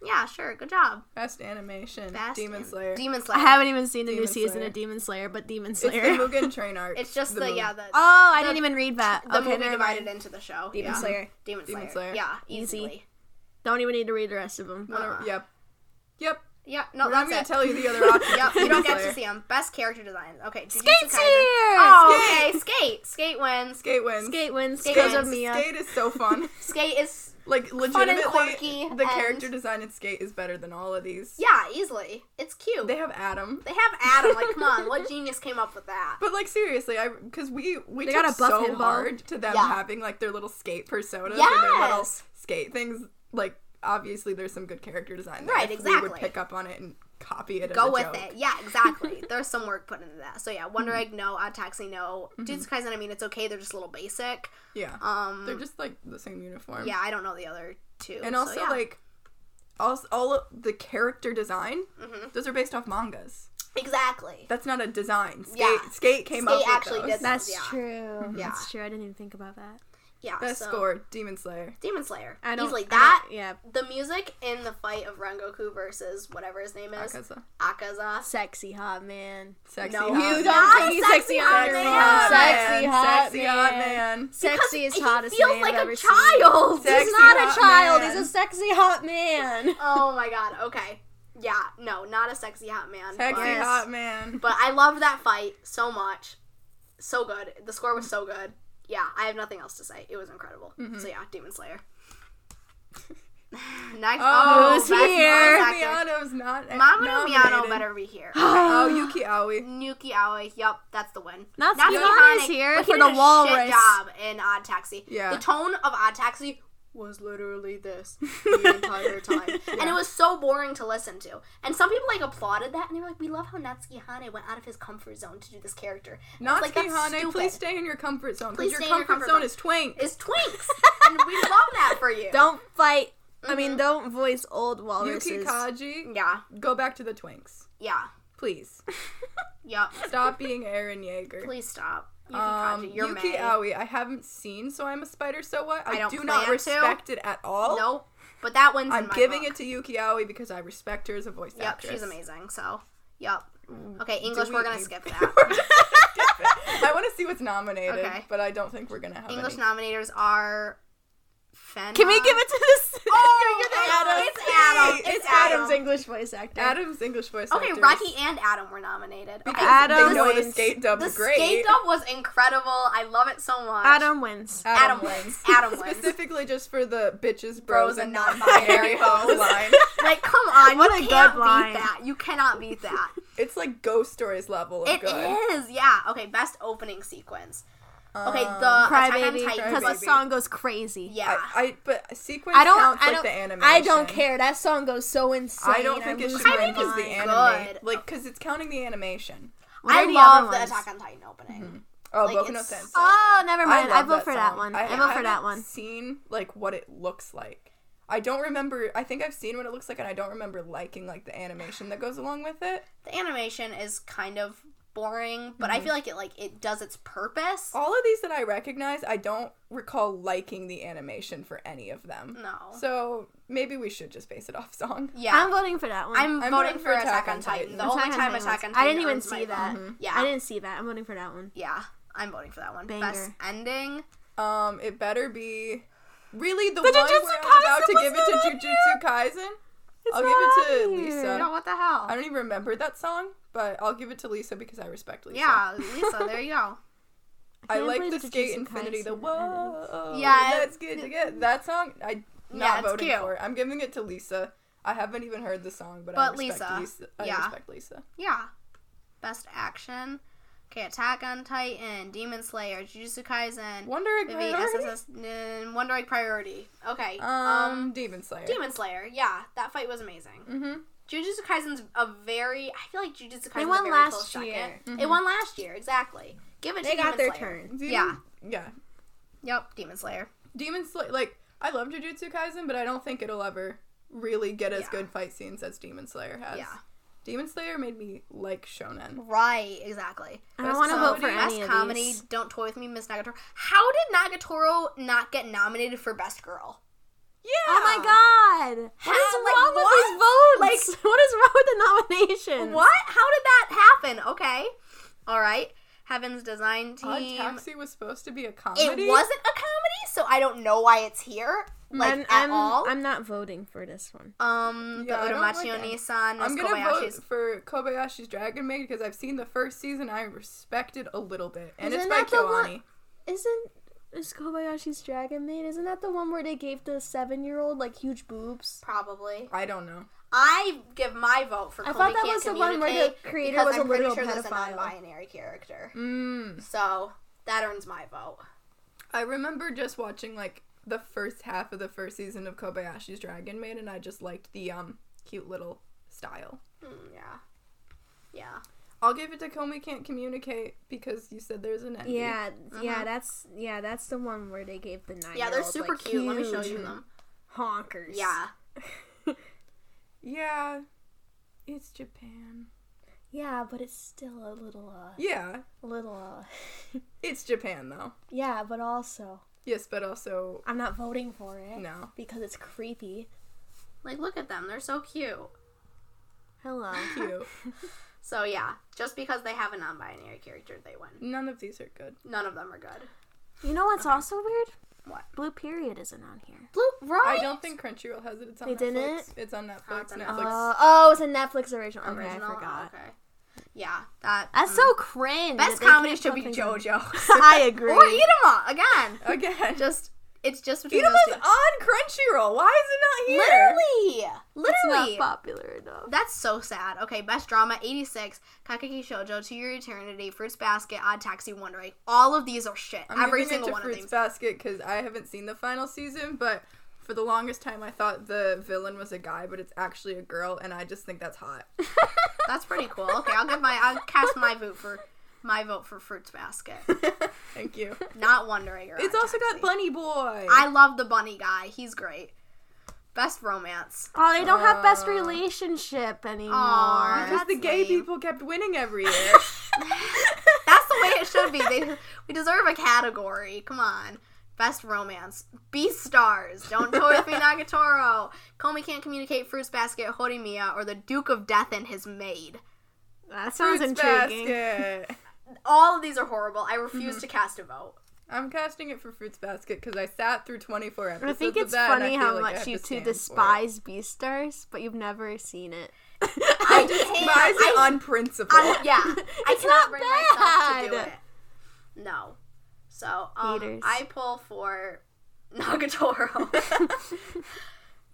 [SPEAKER 3] yeah, sure, good job.
[SPEAKER 2] Best animation.
[SPEAKER 3] Best
[SPEAKER 2] Demon
[SPEAKER 3] an-
[SPEAKER 2] Slayer.
[SPEAKER 3] Demon
[SPEAKER 1] [laughs]
[SPEAKER 3] Slayer.
[SPEAKER 1] I haven't even seen the new
[SPEAKER 2] Demon
[SPEAKER 1] season
[SPEAKER 2] Slayer.
[SPEAKER 1] of Demon Slayer, but Demon
[SPEAKER 2] it's the
[SPEAKER 1] Slayer.
[SPEAKER 3] [laughs]
[SPEAKER 2] Mugen Train Arc.
[SPEAKER 3] it's just the,
[SPEAKER 2] movie.
[SPEAKER 3] yeah, the
[SPEAKER 1] [laughs] oh, I
[SPEAKER 3] The-
[SPEAKER 1] didn't even read that.
[SPEAKER 3] the
[SPEAKER 1] okay,
[SPEAKER 3] movie
[SPEAKER 1] never
[SPEAKER 3] divided
[SPEAKER 1] mind.
[SPEAKER 3] into the show.
[SPEAKER 1] Demon
[SPEAKER 3] yeah.
[SPEAKER 1] Slayer.
[SPEAKER 3] Demon Slayer.
[SPEAKER 2] Demon Slayer.
[SPEAKER 3] Yeah,
[SPEAKER 1] Easy.
[SPEAKER 3] easily.
[SPEAKER 1] Don't even need to read the rest of them.
[SPEAKER 2] Whatever.
[SPEAKER 3] uh-uh.
[SPEAKER 2] Yep. Yep.
[SPEAKER 3] Yeah, no,
[SPEAKER 2] I'm
[SPEAKER 3] Oh, that's
[SPEAKER 2] gonna
[SPEAKER 3] it.
[SPEAKER 2] tell you the other option.
[SPEAKER 3] [laughs] Yep, you don't get to see him. Best character design. Okay, Jujutsu
[SPEAKER 1] Skate's
[SPEAKER 3] Kaisen.
[SPEAKER 1] here!
[SPEAKER 3] Oh, okay, skate. Skate wins. Skate,
[SPEAKER 2] Skate wins.
[SPEAKER 1] Skate wins
[SPEAKER 3] Skate
[SPEAKER 1] because
[SPEAKER 3] wins.
[SPEAKER 1] of Mia.
[SPEAKER 2] Skate is
[SPEAKER 3] [laughs]
[SPEAKER 2] so fun.
[SPEAKER 3] is
[SPEAKER 2] Like
[SPEAKER 3] and
[SPEAKER 2] legitimately,
[SPEAKER 3] quirky
[SPEAKER 2] the
[SPEAKER 3] and-
[SPEAKER 2] character design in Skate is better than all of these.
[SPEAKER 3] yeah, easily. It's cute.
[SPEAKER 2] They have Adam.
[SPEAKER 3] They have Adam. Like, come on, what genius came up with that?
[SPEAKER 2] But like seriously, I because we we
[SPEAKER 1] They
[SPEAKER 2] took
[SPEAKER 1] got a buff
[SPEAKER 2] so
[SPEAKER 1] handball.
[SPEAKER 2] hard to them
[SPEAKER 3] Yeah.
[SPEAKER 2] having like their little skate personas and their little
[SPEAKER 3] Yes.
[SPEAKER 2] skate things. Like obviously, there's some good character design. There.
[SPEAKER 3] Right,
[SPEAKER 2] If We
[SPEAKER 3] exactly.
[SPEAKER 2] would pick up on it and copy it. as
[SPEAKER 3] Go
[SPEAKER 2] a
[SPEAKER 3] with
[SPEAKER 2] joke. Mm-hmm.
[SPEAKER 3] it. Yeah, exactly. There's some work put into that. So yeah, Wonder Egg, no. Odd Taxi, no. Jujutsu Kaisen, I mean, it's okay. They're just a little basic.
[SPEAKER 2] Yeah,
[SPEAKER 3] Um,
[SPEAKER 2] they're just like the same uniform.
[SPEAKER 3] yeah, I don't know the other two.
[SPEAKER 2] and
[SPEAKER 3] so,
[SPEAKER 2] also
[SPEAKER 3] yeah. Mm-hmm.
[SPEAKER 2] like, also all of the character design. Those are based off mangas.
[SPEAKER 3] Exactly.
[SPEAKER 2] That's not a design. Skate,
[SPEAKER 3] Yeah.
[SPEAKER 2] skate came
[SPEAKER 3] Skate
[SPEAKER 2] up with
[SPEAKER 3] actually
[SPEAKER 2] those.
[SPEAKER 3] did that.
[SPEAKER 1] That's
[SPEAKER 3] Yeah.
[SPEAKER 1] true.
[SPEAKER 3] Yeah.
[SPEAKER 1] That's true. I didn't even think about that.
[SPEAKER 3] Yeah.
[SPEAKER 2] Best
[SPEAKER 3] so-
[SPEAKER 2] score, Demon Slayer.
[SPEAKER 3] Demon Slayer.
[SPEAKER 1] I don't
[SPEAKER 3] Easily
[SPEAKER 1] I
[SPEAKER 3] that.
[SPEAKER 1] don't- yeah.
[SPEAKER 3] The music in the fight of Rengoku versus whatever his name is,
[SPEAKER 2] Akaza.
[SPEAKER 3] Akaza.
[SPEAKER 1] Sexy hot man.
[SPEAKER 2] Sexy hot
[SPEAKER 3] No, you
[SPEAKER 2] man.
[SPEAKER 3] don't Ah,
[SPEAKER 1] Sexy,
[SPEAKER 3] sexy hot
[SPEAKER 2] Sexy
[SPEAKER 3] man.
[SPEAKER 2] hot
[SPEAKER 1] Sexy hot
[SPEAKER 2] Sexy hot
[SPEAKER 1] man.
[SPEAKER 2] man.
[SPEAKER 3] Because
[SPEAKER 1] Sexiest,
[SPEAKER 3] he
[SPEAKER 1] hottest
[SPEAKER 3] feels
[SPEAKER 1] man
[SPEAKER 3] like
[SPEAKER 1] I've
[SPEAKER 3] a
[SPEAKER 1] ever seen.
[SPEAKER 3] child.
[SPEAKER 2] Sexy
[SPEAKER 1] He's not
[SPEAKER 2] hot
[SPEAKER 1] a child.
[SPEAKER 2] man.
[SPEAKER 1] He's a sexy hot man.
[SPEAKER 3] [laughs]
[SPEAKER 1] [laughs]
[SPEAKER 3] oh my god. Okay. Yeah. No, not a sexy hot man.
[SPEAKER 2] Sexy
[SPEAKER 3] But,
[SPEAKER 1] Yes.
[SPEAKER 2] hot man.
[SPEAKER 3] but I loved that fight so much. So good. The score was so good. Yeah. I have nothing else to say. It was incredible.
[SPEAKER 1] Mm-hmm.
[SPEAKER 3] So yeah, Demon
[SPEAKER 1] [laughs]
[SPEAKER 3] Slayer. Next.
[SPEAKER 2] Oh,
[SPEAKER 1] Who's
[SPEAKER 3] best voice
[SPEAKER 1] here?
[SPEAKER 3] actor.
[SPEAKER 2] Miano's not
[SPEAKER 3] Mamoru Miyano
[SPEAKER 2] nominated.
[SPEAKER 3] better
[SPEAKER 1] [gasps]
[SPEAKER 3] be here.
[SPEAKER 2] Oh, Yuki Aoi.
[SPEAKER 3] Nuki Aoi. Yup, that's the win.
[SPEAKER 1] That's
[SPEAKER 3] Natsuki
[SPEAKER 1] Yukihana's
[SPEAKER 3] Hanae,
[SPEAKER 1] here
[SPEAKER 3] but he
[SPEAKER 1] for
[SPEAKER 3] did
[SPEAKER 1] the
[SPEAKER 3] a
[SPEAKER 1] walrus.
[SPEAKER 3] Shit job in Odd Taxi.
[SPEAKER 2] Yeah.
[SPEAKER 3] The tone of Odd Taxi was literally this the
[SPEAKER 2] [laughs]
[SPEAKER 3] entire time, and it was so boring to listen to. And some people like applauded that, and they were like, "We love how Natsuki Hane went out of his comfort zone to do this character." And I was
[SPEAKER 2] Not
[SPEAKER 3] like,
[SPEAKER 2] Hane,
[SPEAKER 3] "That's stupid."
[SPEAKER 2] please stay in your comfort zone. Because
[SPEAKER 3] Please
[SPEAKER 2] your
[SPEAKER 3] stay in your
[SPEAKER 2] comfort
[SPEAKER 3] comfort
[SPEAKER 2] zone
[SPEAKER 3] zone.
[SPEAKER 2] is twink.
[SPEAKER 3] Is Twinks, [laughs] and we love that Mm-hmm. for you.
[SPEAKER 1] Don't fight. I mean, don't voice old walruses.
[SPEAKER 2] Yuki
[SPEAKER 1] [laughs]
[SPEAKER 2] Kaji,
[SPEAKER 3] [laughs] Yeah.
[SPEAKER 2] go back to the twinks.
[SPEAKER 3] Yeah.
[SPEAKER 2] Please.
[SPEAKER 3] Yup.
[SPEAKER 2] Stop being Aaron Yeager.
[SPEAKER 3] Please stop.
[SPEAKER 2] Um,
[SPEAKER 3] Yuki Kaji, you're
[SPEAKER 2] Yuki
[SPEAKER 3] May.
[SPEAKER 2] Aoi, I haven't seen So I'm a Spider So What. I,
[SPEAKER 3] I don't
[SPEAKER 2] do not
[SPEAKER 3] plan to.
[SPEAKER 2] respect it at all.
[SPEAKER 3] Nope. But that wins.
[SPEAKER 2] I'm
[SPEAKER 3] in my
[SPEAKER 2] giving
[SPEAKER 3] book.
[SPEAKER 2] it to Yuki Aoi because I respect her as a voice
[SPEAKER 3] Yep,
[SPEAKER 2] actress. Mm.
[SPEAKER 3] she's amazing. So, yep. Okay, English,
[SPEAKER 2] we
[SPEAKER 3] we are gonna
[SPEAKER 2] need-
[SPEAKER 3] skip that.
[SPEAKER 2] [laughs] I want to see what's nominated,
[SPEAKER 3] Okay.
[SPEAKER 2] but I don't think we're gonna have
[SPEAKER 3] English
[SPEAKER 2] any.
[SPEAKER 3] nominators are. Fenna.
[SPEAKER 1] Can we give it to this?
[SPEAKER 3] [laughs] Oh,
[SPEAKER 1] Can we give it to
[SPEAKER 3] Adam.
[SPEAKER 1] Adam?
[SPEAKER 3] It's Adam.
[SPEAKER 1] [laughs]
[SPEAKER 2] It's
[SPEAKER 3] It's, Adam.
[SPEAKER 1] Adam's English voice actor.
[SPEAKER 2] Adam's English voice.
[SPEAKER 3] Okay,
[SPEAKER 2] actors.
[SPEAKER 3] Rocky and Adam were nominated. Okay.
[SPEAKER 1] Adam
[SPEAKER 2] They know the
[SPEAKER 1] wins.
[SPEAKER 2] skate dub.
[SPEAKER 3] the
[SPEAKER 2] is great.
[SPEAKER 3] skate up was incredible. I love it so much.
[SPEAKER 1] Adam wins.
[SPEAKER 3] Adam
[SPEAKER 2] [laughs]
[SPEAKER 3] wins.
[SPEAKER 1] [laughs]
[SPEAKER 3] Adam wins.
[SPEAKER 2] Specifically, just for the bitches,
[SPEAKER 3] Bros
[SPEAKER 2] bros,
[SPEAKER 3] and
[SPEAKER 2] and
[SPEAKER 3] non-binary [laughs]
[SPEAKER 2] non-binary hoes line.
[SPEAKER 3] Like, come on,
[SPEAKER 1] What
[SPEAKER 3] you
[SPEAKER 1] a good
[SPEAKER 3] can't
[SPEAKER 1] line.
[SPEAKER 3] beat that. You cannot beat that. [laughs]
[SPEAKER 2] It's like Ghost Stories level of
[SPEAKER 3] It is,
[SPEAKER 2] good.
[SPEAKER 3] yeah. Okay, best opening sequence. Okay,
[SPEAKER 2] Um,
[SPEAKER 3] the Attack on
[SPEAKER 1] Crybaby,
[SPEAKER 3] Titan.
[SPEAKER 1] because the
[SPEAKER 2] Crybaby.
[SPEAKER 1] song goes crazy.
[SPEAKER 3] Yeah.
[SPEAKER 2] I, I but sequence
[SPEAKER 1] I don't.
[SPEAKER 2] counts
[SPEAKER 1] I
[SPEAKER 2] like
[SPEAKER 1] don't.
[SPEAKER 2] the animation.
[SPEAKER 1] I don't care. That song goes so insane.
[SPEAKER 2] I don't think it
[SPEAKER 1] lose
[SPEAKER 2] should
[SPEAKER 1] my
[SPEAKER 2] count because the
[SPEAKER 1] mind.
[SPEAKER 3] Crybaby's
[SPEAKER 2] anime,
[SPEAKER 3] good.
[SPEAKER 2] like, because it's counting the animation.
[SPEAKER 1] What
[SPEAKER 3] I
[SPEAKER 1] are the
[SPEAKER 3] love
[SPEAKER 1] other
[SPEAKER 3] the
[SPEAKER 1] ones?
[SPEAKER 3] Attack on Titan opening.
[SPEAKER 2] Oh,
[SPEAKER 3] Like,
[SPEAKER 2] Boku no
[SPEAKER 3] it's
[SPEAKER 2] Sense.
[SPEAKER 3] so-
[SPEAKER 1] Oh, never mind. I,
[SPEAKER 2] love
[SPEAKER 1] vote for that
[SPEAKER 2] song.
[SPEAKER 1] one.
[SPEAKER 2] I,
[SPEAKER 1] I, vote for
[SPEAKER 2] haven't
[SPEAKER 1] that one.
[SPEAKER 2] Seen like what it looks like. I don't remember. I think I've seen what it looks like, and I don't remember liking like the animation that goes along with it.
[SPEAKER 3] the animation is kind of boring, but I feel like it like it does its purpose.
[SPEAKER 2] All of these that I recognize, I don't recall liking the animation for any of them.
[SPEAKER 3] No.
[SPEAKER 2] So maybe we should just base it off song.
[SPEAKER 3] yeah.
[SPEAKER 1] I'm voting for that one.
[SPEAKER 3] I'm,
[SPEAKER 2] I'm
[SPEAKER 3] voting for Attack on Titan. The
[SPEAKER 1] Attack
[SPEAKER 3] only
[SPEAKER 1] on
[SPEAKER 3] time
[SPEAKER 1] Titan
[SPEAKER 3] Attack
[SPEAKER 1] wins.
[SPEAKER 3] on Titan
[SPEAKER 1] I didn't even
[SPEAKER 3] earns my
[SPEAKER 1] see
[SPEAKER 3] vote.
[SPEAKER 1] that. Mm-hmm.
[SPEAKER 3] Yeah.
[SPEAKER 1] I didn't see that. I'm voting for that one.
[SPEAKER 3] Yeah. I'm voting for that one.
[SPEAKER 1] Banger.
[SPEAKER 3] Best ending.
[SPEAKER 2] Um, it better be really the,
[SPEAKER 1] The
[SPEAKER 2] one where
[SPEAKER 1] Jujutsu
[SPEAKER 2] I'm about to
[SPEAKER 1] Kaisen
[SPEAKER 2] give
[SPEAKER 1] was not on
[SPEAKER 2] it to Jujutsu Kaisen. I'll give it to
[SPEAKER 1] not on
[SPEAKER 2] Lisa.
[SPEAKER 1] here.
[SPEAKER 3] No, what the hell?
[SPEAKER 2] I don't even remember that song, but I'll give it to Lisa because I respect
[SPEAKER 1] [laughs]
[SPEAKER 2] Lisa.
[SPEAKER 3] yeah, Lisa, there you go.
[SPEAKER 2] I
[SPEAKER 1] Can't
[SPEAKER 2] like
[SPEAKER 1] believe
[SPEAKER 2] the
[SPEAKER 1] that
[SPEAKER 2] skate
[SPEAKER 1] Jujutsu
[SPEAKER 2] infinity, the
[SPEAKER 1] Kaisen added
[SPEAKER 2] whoa.
[SPEAKER 3] Yeah,
[SPEAKER 2] Let's get together. That song, I'm
[SPEAKER 3] Yeah,
[SPEAKER 2] not
[SPEAKER 3] it's
[SPEAKER 2] voting
[SPEAKER 3] cute.
[SPEAKER 2] for it. I'm giving it to Lisa. I haven't even heard the song, but, I
[SPEAKER 3] But
[SPEAKER 2] respect
[SPEAKER 3] Lisa,
[SPEAKER 2] Lisa. I
[SPEAKER 3] yeah.
[SPEAKER 2] respect Lisa.
[SPEAKER 3] Yeah. Best action. Okay, Attack on Titan, Demon Slayer, Jujutsu Kaisen,
[SPEAKER 2] Wonder Egg
[SPEAKER 3] Vivi,
[SPEAKER 2] Priority?
[SPEAKER 3] SSS, mm, One Direct Priority. Okay.
[SPEAKER 2] Um, Demon Slayer.
[SPEAKER 3] Demon Slayer. Yeah, that fight was amazing.
[SPEAKER 2] mm-hmm.
[SPEAKER 3] Jujutsu Kaisen's a very. I feel like Jujutsu Kaisen's
[SPEAKER 1] won
[SPEAKER 3] a very
[SPEAKER 1] last
[SPEAKER 3] close
[SPEAKER 1] year. Mm-hmm.
[SPEAKER 3] second. It won last year, exactly. Give it
[SPEAKER 1] They
[SPEAKER 3] to
[SPEAKER 1] got
[SPEAKER 3] Demon
[SPEAKER 1] their
[SPEAKER 3] Slayer.
[SPEAKER 1] turn.
[SPEAKER 2] Demon,
[SPEAKER 3] Yeah.
[SPEAKER 2] Yeah.
[SPEAKER 3] Yep, Demon Slayer.
[SPEAKER 2] Demon Slayer, like, I love Jujutsu Kaisen, but I don't think it'll ever really get as
[SPEAKER 3] Yeah.
[SPEAKER 2] good fight scenes as Demon Slayer has.
[SPEAKER 3] Yeah.
[SPEAKER 2] Demon Slayer made me like shonen.
[SPEAKER 3] Right, exactly.
[SPEAKER 1] I
[SPEAKER 2] Best
[SPEAKER 1] don't want to vote for
[SPEAKER 2] comedy,
[SPEAKER 3] best
[SPEAKER 1] any of
[SPEAKER 3] comedy,
[SPEAKER 1] these.
[SPEAKER 3] Don't Toy With Me, Miss Nagatoro. How did Nagatoro not get nominated for Best Girl?
[SPEAKER 2] Yeah.
[SPEAKER 1] Oh my god! What is
[SPEAKER 3] How- like,
[SPEAKER 1] wrong with these votes? Like, [laughs] what is wrong with the nominations?
[SPEAKER 3] What? How did that happen? Okay. All right. Heaven's Design
[SPEAKER 2] Odd
[SPEAKER 3] Team.
[SPEAKER 2] Taxi was supposed to be a
[SPEAKER 3] it
[SPEAKER 2] comedy.
[SPEAKER 3] wasn't a comedy, so I don't know why it's here.
[SPEAKER 1] Mm,
[SPEAKER 3] Like,
[SPEAKER 1] I'm,
[SPEAKER 3] at
[SPEAKER 1] I'm,
[SPEAKER 3] all.
[SPEAKER 1] I'm not voting for this one.
[SPEAKER 3] um,
[SPEAKER 2] Yeah, I
[SPEAKER 3] the
[SPEAKER 2] don't like
[SPEAKER 3] Udamachi
[SPEAKER 2] it.
[SPEAKER 3] Onisan, Miss
[SPEAKER 2] I'm gonna
[SPEAKER 3] Kobayashi's
[SPEAKER 2] vote for Kobayashi's Dragon Maid because I've seen the first season. I respected a little bit, and
[SPEAKER 1] Isn't
[SPEAKER 2] it's by
[SPEAKER 1] that the one-
[SPEAKER 2] Kiwani.
[SPEAKER 1] Isn't is Kobayashi's Dragon Maid? Isn't that the one where they gave the seven year old like huge boobs?
[SPEAKER 3] Probably.
[SPEAKER 2] I don't know.
[SPEAKER 3] I give my vote for.
[SPEAKER 1] I
[SPEAKER 3] Kobe
[SPEAKER 1] thought that
[SPEAKER 3] Can't
[SPEAKER 1] was the one where the
[SPEAKER 3] Communicate
[SPEAKER 1] creator
[SPEAKER 3] because
[SPEAKER 1] was a
[SPEAKER 3] I'm pretty
[SPEAKER 1] literal
[SPEAKER 3] sure that's a
[SPEAKER 1] pedophile.
[SPEAKER 3] non-binary character.
[SPEAKER 2] Mm.
[SPEAKER 3] So that earns my vote.
[SPEAKER 2] I remember just watching like the first half of the first season of Kobayashi's Dragon Maid, and I just liked the um cute little style.
[SPEAKER 3] Mm, yeah, yeah.
[SPEAKER 2] I'll give it to Komi Can't Communicate because you said there's an envy.
[SPEAKER 1] Yeah, yeah, that's yeah, that's the one where they gave the nine.
[SPEAKER 3] Mm-hmm. Yeah, they're super cute. Let me show you them.
[SPEAKER 1] Honkers.
[SPEAKER 3] Yeah,
[SPEAKER 2] Yeah. It's Japan.
[SPEAKER 1] [laughs] Yeah, but it's still a little, uh,
[SPEAKER 2] Yeah,
[SPEAKER 1] little, uh, [laughs]
[SPEAKER 2] it's Japan though.
[SPEAKER 1] yeah, but also,
[SPEAKER 2] Yes, but also
[SPEAKER 1] I'm not voting for it.
[SPEAKER 2] no.
[SPEAKER 1] Because it's creepy.
[SPEAKER 3] Like, look at them. They're so cute.
[SPEAKER 1] Hello.
[SPEAKER 2] [laughs] Cute.
[SPEAKER 3] So, yeah, just because they have a non binary character, they win.
[SPEAKER 2] None of these are good.
[SPEAKER 3] None of them are good.
[SPEAKER 1] You know what's also weird?
[SPEAKER 3] What?
[SPEAKER 1] Blue Period isn't on here.
[SPEAKER 3] Blue, right?
[SPEAKER 2] I don't think Crunchyroll has it. It's on
[SPEAKER 1] They
[SPEAKER 2] Netflix.
[SPEAKER 1] didn't?
[SPEAKER 2] It's on
[SPEAKER 3] Oh,
[SPEAKER 2] Netflix.
[SPEAKER 3] it's on
[SPEAKER 2] Netflix.
[SPEAKER 1] Uh, oh, it's a Netflix original. Okay,
[SPEAKER 3] Original?
[SPEAKER 1] I
[SPEAKER 3] Oh,
[SPEAKER 1] forgot.
[SPEAKER 3] okay. Yeah, that.
[SPEAKER 1] That's
[SPEAKER 3] mm.
[SPEAKER 1] so cringe. that
[SPEAKER 3] Best
[SPEAKER 1] they can't
[SPEAKER 3] comedy should
[SPEAKER 1] put
[SPEAKER 3] be
[SPEAKER 1] things-
[SPEAKER 3] [laughs] JoJo.
[SPEAKER 1] [laughs] I agree.
[SPEAKER 3] or Idama, again.
[SPEAKER 2] [laughs] Again,
[SPEAKER 3] Just, it's just between those
[SPEAKER 2] Idama's
[SPEAKER 3] two.
[SPEAKER 2] on Crunchyroll. Why is it not here?
[SPEAKER 3] Literally!
[SPEAKER 1] It's
[SPEAKER 3] Literally!
[SPEAKER 1] not popular enough.
[SPEAKER 3] [laughs] That's so sad. Okay, best drama 86, Kakeki Shoujo, To Your Eternity, Fruits Basket, Odd Taxi, Wondering. All of these are shit.
[SPEAKER 2] I'm
[SPEAKER 3] Every
[SPEAKER 2] giving
[SPEAKER 3] single
[SPEAKER 2] it to
[SPEAKER 3] one
[SPEAKER 2] Fruits
[SPEAKER 3] of them.
[SPEAKER 2] Basket because I haven't seen the final season, but for the longest time I thought the villain was a guy, but it's actually a girl, and I just think that's hot.
[SPEAKER 3] That's pretty cool. Okay, I'll give my I'll cast my vote for my vote for
[SPEAKER 2] [laughs]
[SPEAKER 3] Fruits Basket.
[SPEAKER 2] Thank you.
[SPEAKER 3] Not Wondering. Or
[SPEAKER 2] It's
[SPEAKER 3] Odd
[SPEAKER 2] also got
[SPEAKER 3] Taxi.
[SPEAKER 2] Bunny Boy.
[SPEAKER 3] I love the bunny guy. He's great. Best romance.
[SPEAKER 1] Oh, they don't have best
[SPEAKER 2] Uh,
[SPEAKER 1] relationship anymore.
[SPEAKER 3] [laughs] Aw.
[SPEAKER 2] because the
[SPEAKER 3] that's
[SPEAKER 2] gay
[SPEAKER 3] lame.
[SPEAKER 2] people kept winning every year.
[SPEAKER 3] That's the way it should be. They, we deserve a category. Come on. Best romance. Beast stars. Don't Torifi Nagatoro. Komi can't communicate. Fruits basket. Horimiya. Or the Duke of Death and his maid.
[SPEAKER 1] that sounds
[SPEAKER 2] Fruits
[SPEAKER 1] intriguing.
[SPEAKER 2] Basket.
[SPEAKER 3] All of these are horrible. I refuse to cast a vote.
[SPEAKER 2] I'm casting it for Fruits Basket because I sat through 24 episodes.
[SPEAKER 1] I think
[SPEAKER 2] of
[SPEAKER 1] it's
[SPEAKER 2] that, and I
[SPEAKER 1] funny
[SPEAKER 2] feel
[SPEAKER 1] how
[SPEAKER 2] like I
[SPEAKER 1] much
[SPEAKER 2] have
[SPEAKER 1] you
[SPEAKER 2] to
[SPEAKER 1] two
[SPEAKER 2] stand for it.
[SPEAKER 1] despise Beastars, but you've never seen it.
[SPEAKER 3] I
[SPEAKER 2] Despise it on principle. [laughs]
[SPEAKER 3] I, yeah, I
[SPEAKER 1] It's not
[SPEAKER 3] cannot bring myself to do
[SPEAKER 1] bad.
[SPEAKER 3] it. No. So um,
[SPEAKER 1] Haters.
[SPEAKER 3] I pull for Nagatoro.
[SPEAKER 2] [laughs]
[SPEAKER 3] [laughs]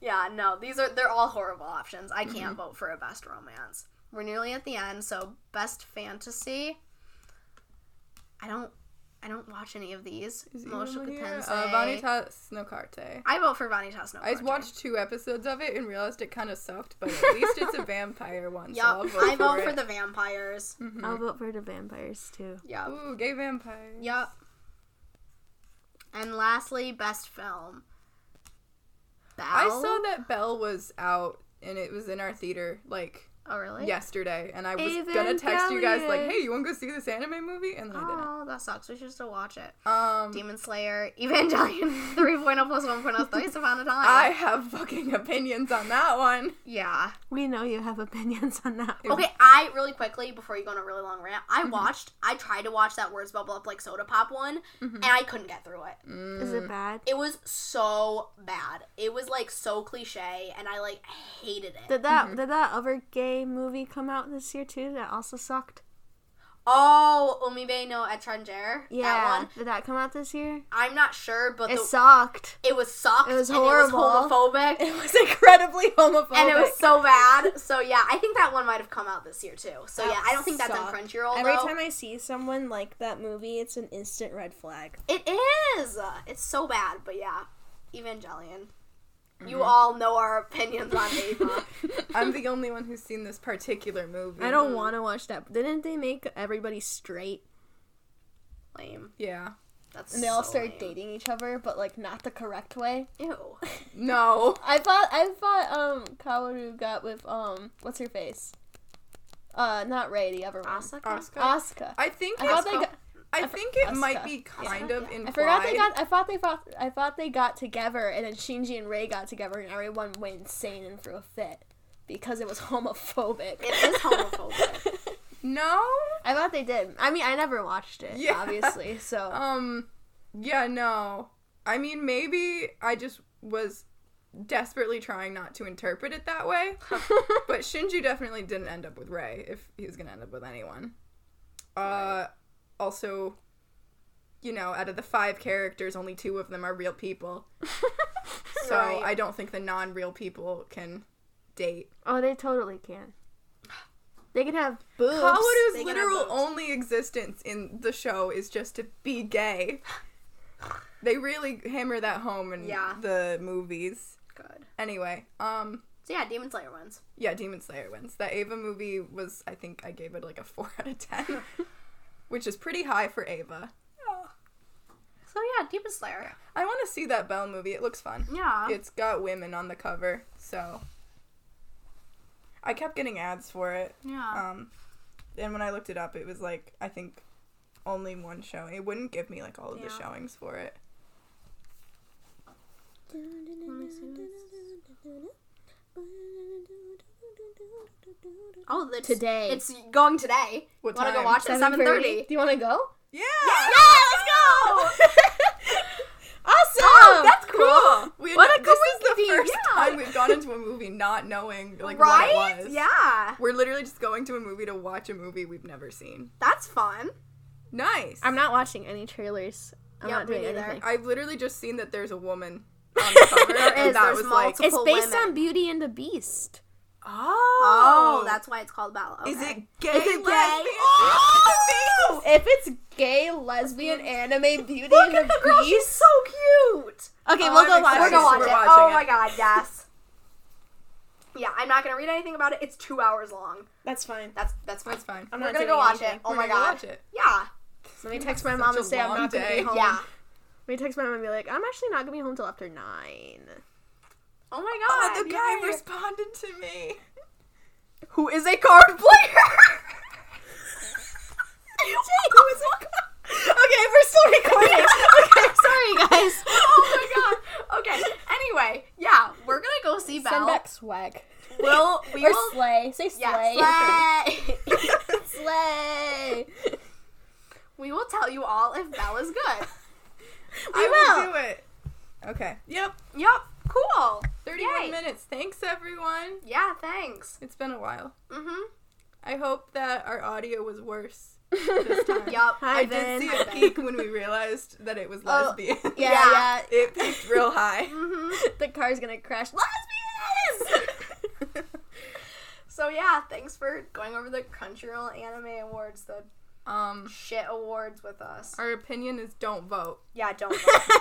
[SPEAKER 3] yeah, no, these are they're all horrible options. I
[SPEAKER 2] Mm-hmm.
[SPEAKER 3] can't vote for a best romance. We're nearly at the end, so best fantasy. I don't, I don't watch any of these.
[SPEAKER 2] Is it
[SPEAKER 3] Mushoku
[SPEAKER 2] even here?
[SPEAKER 3] Tensei.
[SPEAKER 2] Uh, Vanitas no Carte.
[SPEAKER 3] I vote for Vanitas no
[SPEAKER 2] I
[SPEAKER 3] Karte.
[SPEAKER 2] just watched two episodes of it and realized it kind of sucked, but at least it's a vampire one.
[SPEAKER 3] Yup,
[SPEAKER 2] so I'll vote
[SPEAKER 3] I vote
[SPEAKER 2] for,
[SPEAKER 3] for
[SPEAKER 2] it.
[SPEAKER 3] the vampires.
[SPEAKER 2] Mm.
[SPEAKER 1] I'll vote for the vampires too.
[SPEAKER 3] Yup.
[SPEAKER 2] Ooh, gay vampire.
[SPEAKER 3] Yep. And lastly, best film. Belle?
[SPEAKER 2] I saw that Belle was out and it was in our theater like
[SPEAKER 3] Oh really?
[SPEAKER 2] yesterday, and I was
[SPEAKER 1] Evangelion.
[SPEAKER 2] gonna text you guys like, "Hey, you want to go see this anime movie?" And then
[SPEAKER 3] Oh, that sucks. We should still watch it.
[SPEAKER 2] I didn't. Um,
[SPEAKER 3] Demon Slayer, [laughs] Evangelion [laughs] 3.0 plus 1.0 Thrice Upon a Time.
[SPEAKER 2] I have fucking opinions on that one. [laughs]
[SPEAKER 3] yeah.
[SPEAKER 1] We know you have opinions on that. one.
[SPEAKER 3] Okay, I really quickly before you go on a really long rant,
[SPEAKER 2] Mm-hmm.
[SPEAKER 3] I watched. I tried to watch that words bubble up like soda pop one,
[SPEAKER 2] Mm-hmm.
[SPEAKER 3] and I couldn't get through it.
[SPEAKER 2] Mm.
[SPEAKER 1] Is it bad?
[SPEAKER 3] It was so bad. It was like so cliche, and I like hated it.
[SPEAKER 1] Did that did that other gay movie come out this year too that also sucked?
[SPEAKER 3] oh, Umibe no Etranger.
[SPEAKER 1] Yeah.
[SPEAKER 3] that one.
[SPEAKER 1] Did that come out this year?
[SPEAKER 3] I'm not sure, but
[SPEAKER 1] It
[SPEAKER 3] the,
[SPEAKER 1] sucked.
[SPEAKER 3] it was sucked.
[SPEAKER 1] It was
[SPEAKER 3] and
[SPEAKER 1] horrible.
[SPEAKER 3] homophobic.
[SPEAKER 1] [laughs]
[SPEAKER 2] It was incredibly homophobic.
[SPEAKER 3] and it was so bad. So yeah, I think that one might have come out this year too. So yeah, I don't think that's on
[SPEAKER 2] sucked.
[SPEAKER 3] Crunchyroll
[SPEAKER 1] Every
[SPEAKER 3] though.
[SPEAKER 1] time I see someone like that movie, it's an instant red flag.
[SPEAKER 3] it is. It's so bad, but yeah, Evangelion. You all know our opinions on
[SPEAKER 1] [laughs]
[SPEAKER 3] Ava.
[SPEAKER 2] I'm the only one who's seen this particular movie.
[SPEAKER 1] I don't want to watch that. Didn't they make everybody straight?
[SPEAKER 3] lame.
[SPEAKER 2] Yeah.
[SPEAKER 3] That's
[SPEAKER 1] And they all
[SPEAKER 3] so
[SPEAKER 1] started
[SPEAKER 3] lame.
[SPEAKER 1] dating each other, but like not the correct way.
[SPEAKER 3] Ew.
[SPEAKER 2] No.
[SPEAKER 1] I thought I thought um Kaworu got with um what's her face? Uh not Ray, the other one.
[SPEAKER 3] Asuka?
[SPEAKER 2] Asuka.
[SPEAKER 1] Asuka.
[SPEAKER 2] I think
[SPEAKER 1] I thought they
[SPEAKER 2] it's-
[SPEAKER 1] got,
[SPEAKER 2] I think it
[SPEAKER 1] Asuka.
[SPEAKER 2] might be kind of implied.
[SPEAKER 1] I forgot they got I thought they thought I thought they got together and then Shinji and Ray got together and everyone went insane and threw a fit because it was [laughs] homophobic.
[SPEAKER 3] It is homophobic.
[SPEAKER 2] no.
[SPEAKER 1] [laughs] I thought they did. I mean, I never watched it,
[SPEAKER 2] Yeah.
[SPEAKER 1] obviously. So
[SPEAKER 2] Um. Yeah. No. I mean, maybe I just was desperately trying not to interpret it that way.
[SPEAKER 1] [laughs]
[SPEAKER 2] but Shinju definitely didn't end up with Ray if he was gonna end up with anyone. Uh. Also. You know, out of the five characters, only two of them are real people.
[SPEAKER 1] [laughs]
[SPEAKER 2] so
[SPEAKER 3] Right.
[SPEAKER 2] I don't think the non-real people can date.
[SPEAKER 1] oh, they totally can. They can have boobs.
[SPEAKER 2] Kaworu's
[SPEAKER 3] They can have
[SPEAKER 2] literal
[SPEAKER 3] boobs.
[SPEAKER 2] only existence in the show is just to be
[SPEAKER 3] [sighs]
[SPEAKER 2] gay. They really hammer that home in
[SPEAKER 3] Yeah.
[SPEAKER 2] the movies.
[SPEAKER 3] Good.
[SPEAKER 2] Anyway, um,
[SPEAKER 3] So yeah, Demon Slayer wins.
[SPEAKER 2] yeah, Demon Slayer wins. That Ava movie was, I think, I gave it like a [laughs] four out of
[SPEAKER 3] [laughs]
[SPEAKER 2] ten, which is pretty high for Ava.
[SPEAKER 3] So yeah, Demon Slayer.
[SPEAKER 2] I want to see that Bell movie. It looks fun.
[SPEAKER 3] Yeah.
[SPEAKER 2] It's got women on the cover, so I kept getting ads for it.
[SPEAKER 1] Uh,
[SPEAKER 3] yeah.
[SPEAKER 2] Um, and when I looked it up, it was like I think only one showing. It wouldn't give me like all of the
[SPEAKER 3] Yeah.
[SPEAKER 2] showings for it.
[SPEAKER 3] Oh, it's,
[SPEAKER 1] Today.
[SPEAKER 3] It's going today.
[SPEAKER 1] [laughs]
[SPEAKER 2] What
[SPEAKER 3] Wanna go
[SPEAKER 2] time?
[SPEAKER 3] watch it? Seven thirty.
[SPEAKER 1] Do you want to go?
[SPEAKER 2] Yeah.
[SPEAKER 3] Yeah,
[SPEAKER 1] [laughs]
[SPEAKER 3] let's go.
[SPEAKER 2] Awesome.
[SPEAKER 3] Oh, that's cool.
[SPEAKER 2] We
[SPEAKER 3] What
[SPEAKER 2] what
[SPEAKER 3] a
[SPEAKER 2] this is the
[SPEAKER 3] coincidence.
[SPEAKER 2] first
[SPEAKER 3] Yeah.
[SPEAKER 2] time we've gone into a movie not knowing like
[SPEAKER 3] right?
[SPEAKER 2] what it was.
[SPEAKER 3] Yeah,
[SPEAKER 2] We're literally just going to a movie to watch a movie we've never seen.
[SPEAKER 3] that's fun.
[SPEAKER 2] Nice.
[SPEAKER 1] I'm not watching any trailers. I'm
[SPEAKER 3] Yeah,
[SPEAKER 1] not
[SPEAKER 3] me
[SPEAKER 1] doing
[SPEAKER 3] neither.
[SPEAKER 1] anything.
[SPEAKER 2] I've literally just seen that there's a
[SPEAKER 3] [laughs]
[SPEAKER 2] woman on the cover,
[SPEAKER 3] is,
[SPEAKER 2] and that
[SPEAKER 3] there's
[SPEAKER 2] was
[SPEAKER 3] multiple-
[SPEAKER 2] like,
[SPEAKER 1] It's
[SPEAKER 3] Couple
[SPEAKER 1] based
[SPEAKER 3] women.
[SPEAKER 1] on Beauty and the Beast.
[SPEAKER 2] oh,
[SPEAKER 3] Oh, that's why it's called Bella.
[SPEAKER 2] is
[SPEAKER 3] okay.
[SPEAKER 2] it gay?
[SPEAKER 3] Is it gay?
[SPEAKER 2] lesbian?
[SPEAKER 3] Oh!
[SPEAKER 1] If it's gay, lesbian, anime, Beauty
[SPEAKER 3] Look
[SPEAKER 1] and
[SPEAKER 3] at
[SPEAKER 1] the,
[SPEAKER 3] the girl. She's
[SPEAKER 1] Beast.
[SPEAKER 3] so cute.
[SPEAKER 1] Okay,
[SPEAKER 2] Oh,
[SPEAKER 1] we'll go
[SPEAKER 2] I'm
[SPEAKER 1] watch.
[SPEAKER 2] excited.
[SPEAKER 3] We're
[SPEAKER 2] We're
[SPEAKER 3] gonna watch it.
[SPEAKER 2] watching
[SPEAKER 3] Oh
[SPEAKER 2] it. [laughs]
[SPEAKER 3] my god, yes. Yeah, I'm not gonna read anything about it. It's two hours long.
[SPEAKER 1] That's fine.
[SPEAKER 3] That's that's fine.
[SPEAKER 2] That's fine.
[SPEAKER 1] I'm
[SPEAKER 3] We're
[SPEAKER 1] not
[SPEAKER 3] gonna
[SPEAKER 1] doing
[SPEAKER 3] go watch
[SPEAKER 1] anything.
[SPEAKER 3] it. Oh
[SPEAKER 2] We're
[SPEAKER 3] my
[SPEAKER 2] gonna
[SPEAKER 3] god.
[SPEAKER 2] Watch it. Um,
[SPEAKER 3] Yeah,
[SPEAKER 1] Let me text my
[SPEAKER 2] Such
[SPEAKER 1] mom
[SPEAKER 2] a
[SPEAKER 1] and say I'm
[SPEAKER 2] long
[SPEAKER 1] not gonna
[SPEAKER 2] day.
[SPEAKER 1] be home.
[SPEAKER 3] yeah.
[SPEAKER 1] Let me text my mom and be like, I'm actually not gonna be home till after nine.
[SPEAKER 3] Oh my
[SPEAKER 2] Oh,
[SPEAKER 3] god.
[SPEAKER 2] the guy
[SPEAKER 3] yeah.
[SPEAKER 2] responded to me.
[SPEAKER 3] who is a card
[SPEAKER 2] [laughs]
[SPEAKER 3] player. who is a
[SPEAKER 1] [laughs] [laughs] Okay, we're still recording. okay, sorry [laughs] guys.
[SPEAKER 3] Oh
[SPEAKER 2] [laughs]
[SPEAKER 3] my god. Okay. Anyway, yeah, we're gonna go see Belle.
[SPEAKER 1] Send back swag.
[SPEAKER 3] We'll we
[SPEAKER 1] Or
[SPEAKER 3] will
[SPEAKER 1] slay. Say slay.
[SPEAKER 3] yeah,
[SPEAKER 2] [laughs]
[SPEAKER 3] slay. [laughs]
[SPEAKER 1] slay.
[SPEAKER 3] we will tell you all if Belle is good.
[SPEAKER 2] I
[SPEAKER 3] will.
[SPEAKER 2] will do it. Okay. Yep.
[SPEAKER 3] Yep. Cool.
[SPEAKER 2] 31
[SPEAKER 3] Yay.
[SPEAKER 2] minutes. Thanks, everyone.
[SPEAKER 3] Yeah. Thanks.
[SPEAKER 2] It's been a while.
[SPEAKER 3] Mm-hmm.
[SPEAKER 2] I hope that our audio was worse this
[SPEAKER 1] [laughs]
[SPEAKER 2] time.
[SPEAKER 3] Yup.
[SPEAKER 1] Hi,
[SPEAKER 2] I
[SPEAKER 1] Ben.
[SPEAKER 2] did
[SPEAKER 3] [laughs]
[SPEAKER 2] see a peak when we realized that it was lesbian. [laughs]
[SPEAKER 1] Yeah,
[SPEAKER 3] Oh, Yeah.
[SPEAKER 1] yeah.
[SPEAKER 2] It peaked real high.
[SPEAKER 3] Mm-hmm.
[SPEAKER 1] [laughs] The car's gonna crash.
[SPEAKER 3] So yeah, thanks for going over the Crunchyroll Anime Awards, the
[SPEAKER 2] um,
[SPEAKER 3] shit awards with us.
[SPEAKER 2] our opinion is don't vote.
[SPEAKER 3] Yeah, don't vote.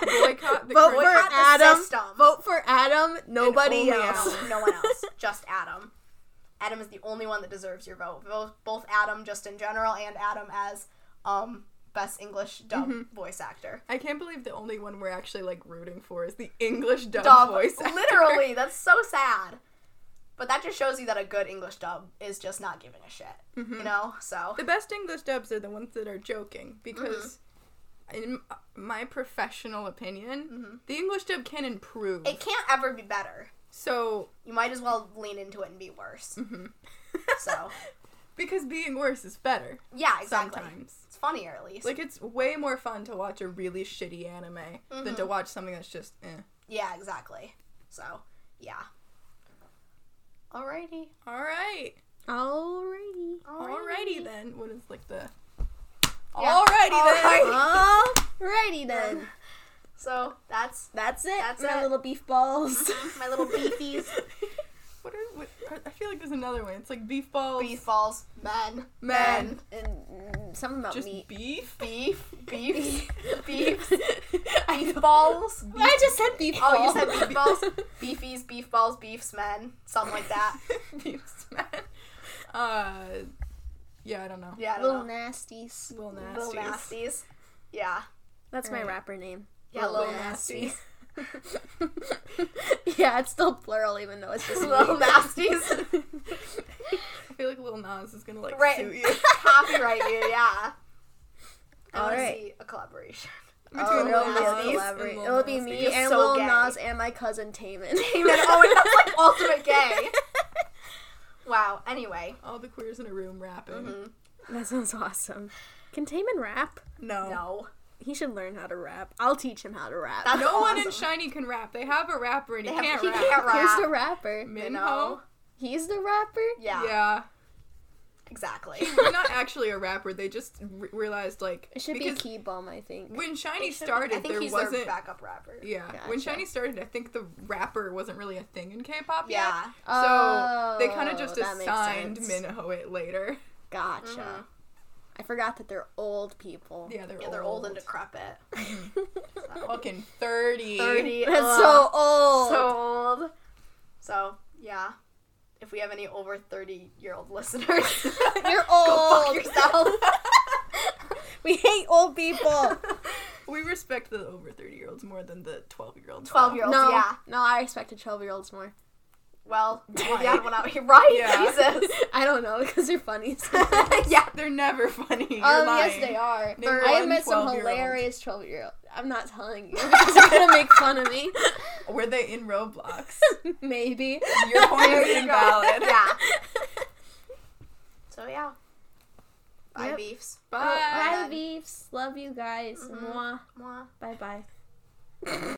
[SPEAKER 1] [laughs]
[SPEAKER 2] Boycott
[SPEAKER 1] [laughs]
[SPEAKER 2] the
[SPEAKER 1] vote for
[SPEAKER 2] Crunchyroll.
[SPEAKER 3] Boycott the
[SPEAKER 1] Adam.
[SPEAKER 3] system.
[SPEAKER 1] Vote for Adam. Nobody
[SPEAKER 2] only
[SPEAKER 1] else.
[SPEAKER 2] Adam.
[SPEAKER 3] no one else. Just Adam. Adam is the only one that deserves your vote. Both, both Adam, just in general, and Adam as um best English dub voice actor.
[SPEAKER 2] I can't believe the only one we're actually like rooting for is the English dub,
[SPEAKER 3] Dub,
[SPEAKER 2] voice. actor.
[SPEAKER 3] literally. That's so sad. But that just shows you that a good English dub is just not giving a shit. You know. So
[SPEAKER 2] The best English dubs are the ones that are joking because,
[SPEAKER 3] Mm-hmm.
[SPEAKER 2] in m- my professional opinion, the English dub can improve.
[SPEAKER 3] it can't ever be better.
[SPEAKER 2] so
[SPEAKER 3] You might as well lean into it and be worse. [laughs] so
[SPEAKER 2] because being worse is better
[SPEAKER 3] yeah, exactly.
[SPEAKER 2] sometimes.
[SPEAKER 3] It's funnier at least.
[SPEAKER 2] Like it's way more fun to watch a really shitty anime than
[SPEAKER 3] Mm-hmm.
[SPEAKER 2] to watch something that's just eh.
[SPEAKER 3] yeah, exactly. So yeah. Alrighty.
[SPEAKER 2] All right,
[SPEAKER 1] Alrighty.
[SPEAKER 2] alrighty then. What is like the
[SPEAKER 3] Yeah.
[SPEAKER 2] alrighty then?
[SPEAKER 1] [laughs] Alrighty then.
[SPEAKER 3] So that's [laughs]
[SPEAKER 1] That's it. Mm-hmm.
[SPEAKER 3] That's
[SPEAKER 1] my
[SPEAKER 3] it.
[SPEAKER 1] little beef balls.
[SPEAKER 3] my little beefies, [laughs]
[SPEAKER 2] What are what, are- I feel like there's another one. It's like beef balls,
[SPEAKER 3] beef balls, men,
[SPEAKER 2] men,
[SPEAKER 1] [laughs] and mm, something about
[SPEAKER 2] just
[SPEAKER 1] meat.
[SPEAKER 2] beef.
[SPEAKER 3] beef, [laughs] beef,
[SPEAKER 1] [laughs]
[SPEAKER 3] beefs, beef balls.
[SPEAKER 1] I just said beef balls.
[SPEAKER 3] Oh, you said beef balls,
[SPEAKER 1] [laughs]
[SPEAKER 3] beefies, beef balls, beefs, men, something
[SPEAKER 2] [laughs]
[SPEAKER 3] like that.
[SPEAKER 2] beef men. Uh, yeah, I don't know.
[SPEAKER 3] Yeah, I
[SPEAKER 1] Little
[SPEAKER 3] don't know.
[SPEAKER 1] nasties.
[SPEAKER 2] Little nasties.
[SPEAKER 3] Little nasties. Yeah.
[SPEAKER 1] That's my
[SPEAKER 2] Alright.
[SPEAKER 1] rapper name.
[SPEAKER 3] Yeah,
[SPEAKER 2] Little
[SPEAKER 3] little nasties.
[SPEAKER 1] [laughs] yeah, it's still plural even though it's just
[SPEAKER 3] [laughs] Little
[SPEAKER 1] me. [laughs]
[SPEAKER 3] nasties.
[SPEAKER 2] I feel like Lil Nas is gonna like
[SPEAKER 3] Right. [laughs]
[SPEAKER 2] sue you.
[SPEAKER 3] Copyright you, yeah. I want
[SPEAKER 1] Alright.
[SPEAKER 3] to see a collaboration. [laughs]
[SPEAKER 1] Oh,
[SPEAKER 2] Between
[SPEAKER 1] it'll
[SPEAKER 2] Lil
[SPEAKER 1] be a
[SPEAKER 2] Nas and
[SPEAKER 1] collaborate-
[SPEAKER 2] Lil
[SPEAKER 1] It'll be
[SPEAKER 2] Nasty.
[SPEAKER 1] me
[SPEAKER 3] You're
[SPEAKER 1] and
[SPEAKER 3] so
[SPEAKER 1] Lil
[SPEAKER 3] gay.
[SPEAKER 1] Nas and my cousin
[SPEAKER 3] [laughs]
[SPEAKER 1] Taman.
[SPEAKER 3] Amen. Oh, and that's
[SPEAKER 1] [laughs]
[SPEAKER 3] like ultimate gay. Wow. Anyway.
[SPEAKER 2] All the queers in a room rapping.
[SPEAKER 1] That sounds awesome. Can Taman rap?
[SPEAKER 2] No.
[SPEAKER 3] No.
[SPEAKER 1] He should learn how to rap. I'll teach him how to rap.
[SPEAKER 3] [laughs] That's
[SPEAKER 2] No one in
[SPEAKER 3] awesome.
[SPEAKER 2] Shiny can rap. They have a rapper and
[SPEAKER 3] They
[SPEAKER 2] he
[SPEAKER 3] have-
[SPEAKER 2] can't
[SPEAKER 3] he
[SPEAKER 2] rap.
[SPEAKER 3] can't rap.
[SPEAKER 1] He's the rapper.
[SPEAKER 2] Minho?
[SPEAKER 3] You know?
[SPEAKER 1] He's the rapper?
[SPEAKER 3] Yeah.
[SPEAKER 2] Yeah.
[SPEAKER 3] Exactly.
[SPEAKER 2] He's not actually a rapper. They just re- realized like
[SPEAKER 1] It should
[SPEAKER 2] because
[SPEAKER 1] be Key Bomb, I think.
[SPEAKER 2] when Shiny
[SPEAKER 3] I
[SPEAKER 2] started,
[SPEAKER 3] think
[SPEAKER 2] there
[SPEAKER 3] he's their
[SPEAKER 2] wasn't.
[SPEAKER 3] backup rapper.
[SPEAKER 2] yeah,
[SPEAKER 1] Gotcha.
[SPEAKER 2] when Shiny started, I think the rapper wasn't really a thing in K-pop yet.
[SPEAKER 3] Yeah.
[SPEAKER 2] So they kind of
[SPEAKER 1] Oh,
[SPEAKER 2] just
[SPEAKER 1] that makes
[SPEAKER 2] assigned
[SPEAKER 1] sense.
[SPEAKER 2] Minho it later.
[SPEAKER 1] Gotcha. I forgot that they're old people.
[SPEAKER 2] Yeah, they're
[SPEAKER 3] Mm-hmm. Yeah, they're old and decrepit.
[SPEAKER 2] fucking 30.
[SPEAKER 1] That's so old.
[SPEAKER 3] so old. So yeah, if we have any over thirty year old listeners, [laughs]
[SPEAKER 1] You're
[SPEAKER 3] go fuck
[SPEAKER 1] old.
[SPEAKER 3] yourself.
[SPEAKER 1] [laughs] we hate old people.
[SPEAKER 2] We respect the over 30 year olds more than the 12 year olds.
[SPEAKER 3] Twelve year olds.
[SPEAKER 1] No,
[SPEAKER 3] Yeah.
[SPEAKER 1] no, I respected twelve year olds more.
[SPEAKER 3] Well, we got one out here, [laughs] right?
[SPEAKER 2] Yeah.
[SPEAKER 1] [laughs]
[SPEAKER 3] Jesus.
[SPEAKER 1] [laughs] I don't know because you're funny. so-
[SPEAKER 3] yeah.
[SPEAKER 2] They're never [laughs] funny. You're
[SPEAKER 1] um,
[SPEAKER 2] lying.
[SPEAKER 1] yes, they are.
[SPEAKER 2] Name
[SPEAKER 1] I
[SPEAKER 2] one
[SPEAKER 1] have met some
[SPEAKER 2] 12-year-old.
[SPEAKER 1] hilarious twelve-year-old. I'm not telling you [laughs] because you're gonna make fun of me. [laughs]
[SPEAKER 2] Were they in Roblox?
[SPEAKER 1] Maybe.
[SPEAKER 2] Your point
[SPEAKER 3] There
[SPEAKER 2] is
[SPEAKER 3] you go.
[SPEAKER 2] invalid.
[SPEAKER 3] Yeah. So yeah. Bye
[SPEAKER 2] Yep.
[SPEAKER 3] beefs. Oh,
[SPEAKER 2] Bye.
[SPEAKER 1] Bye, Mm-hmm.
[SPEAKER 3] Bye.
[SPEAKER 1] beefs. Love you guys. Mwah.
[SPEAKER 3] Mwah.
[SPEAKER 1] Bye bye.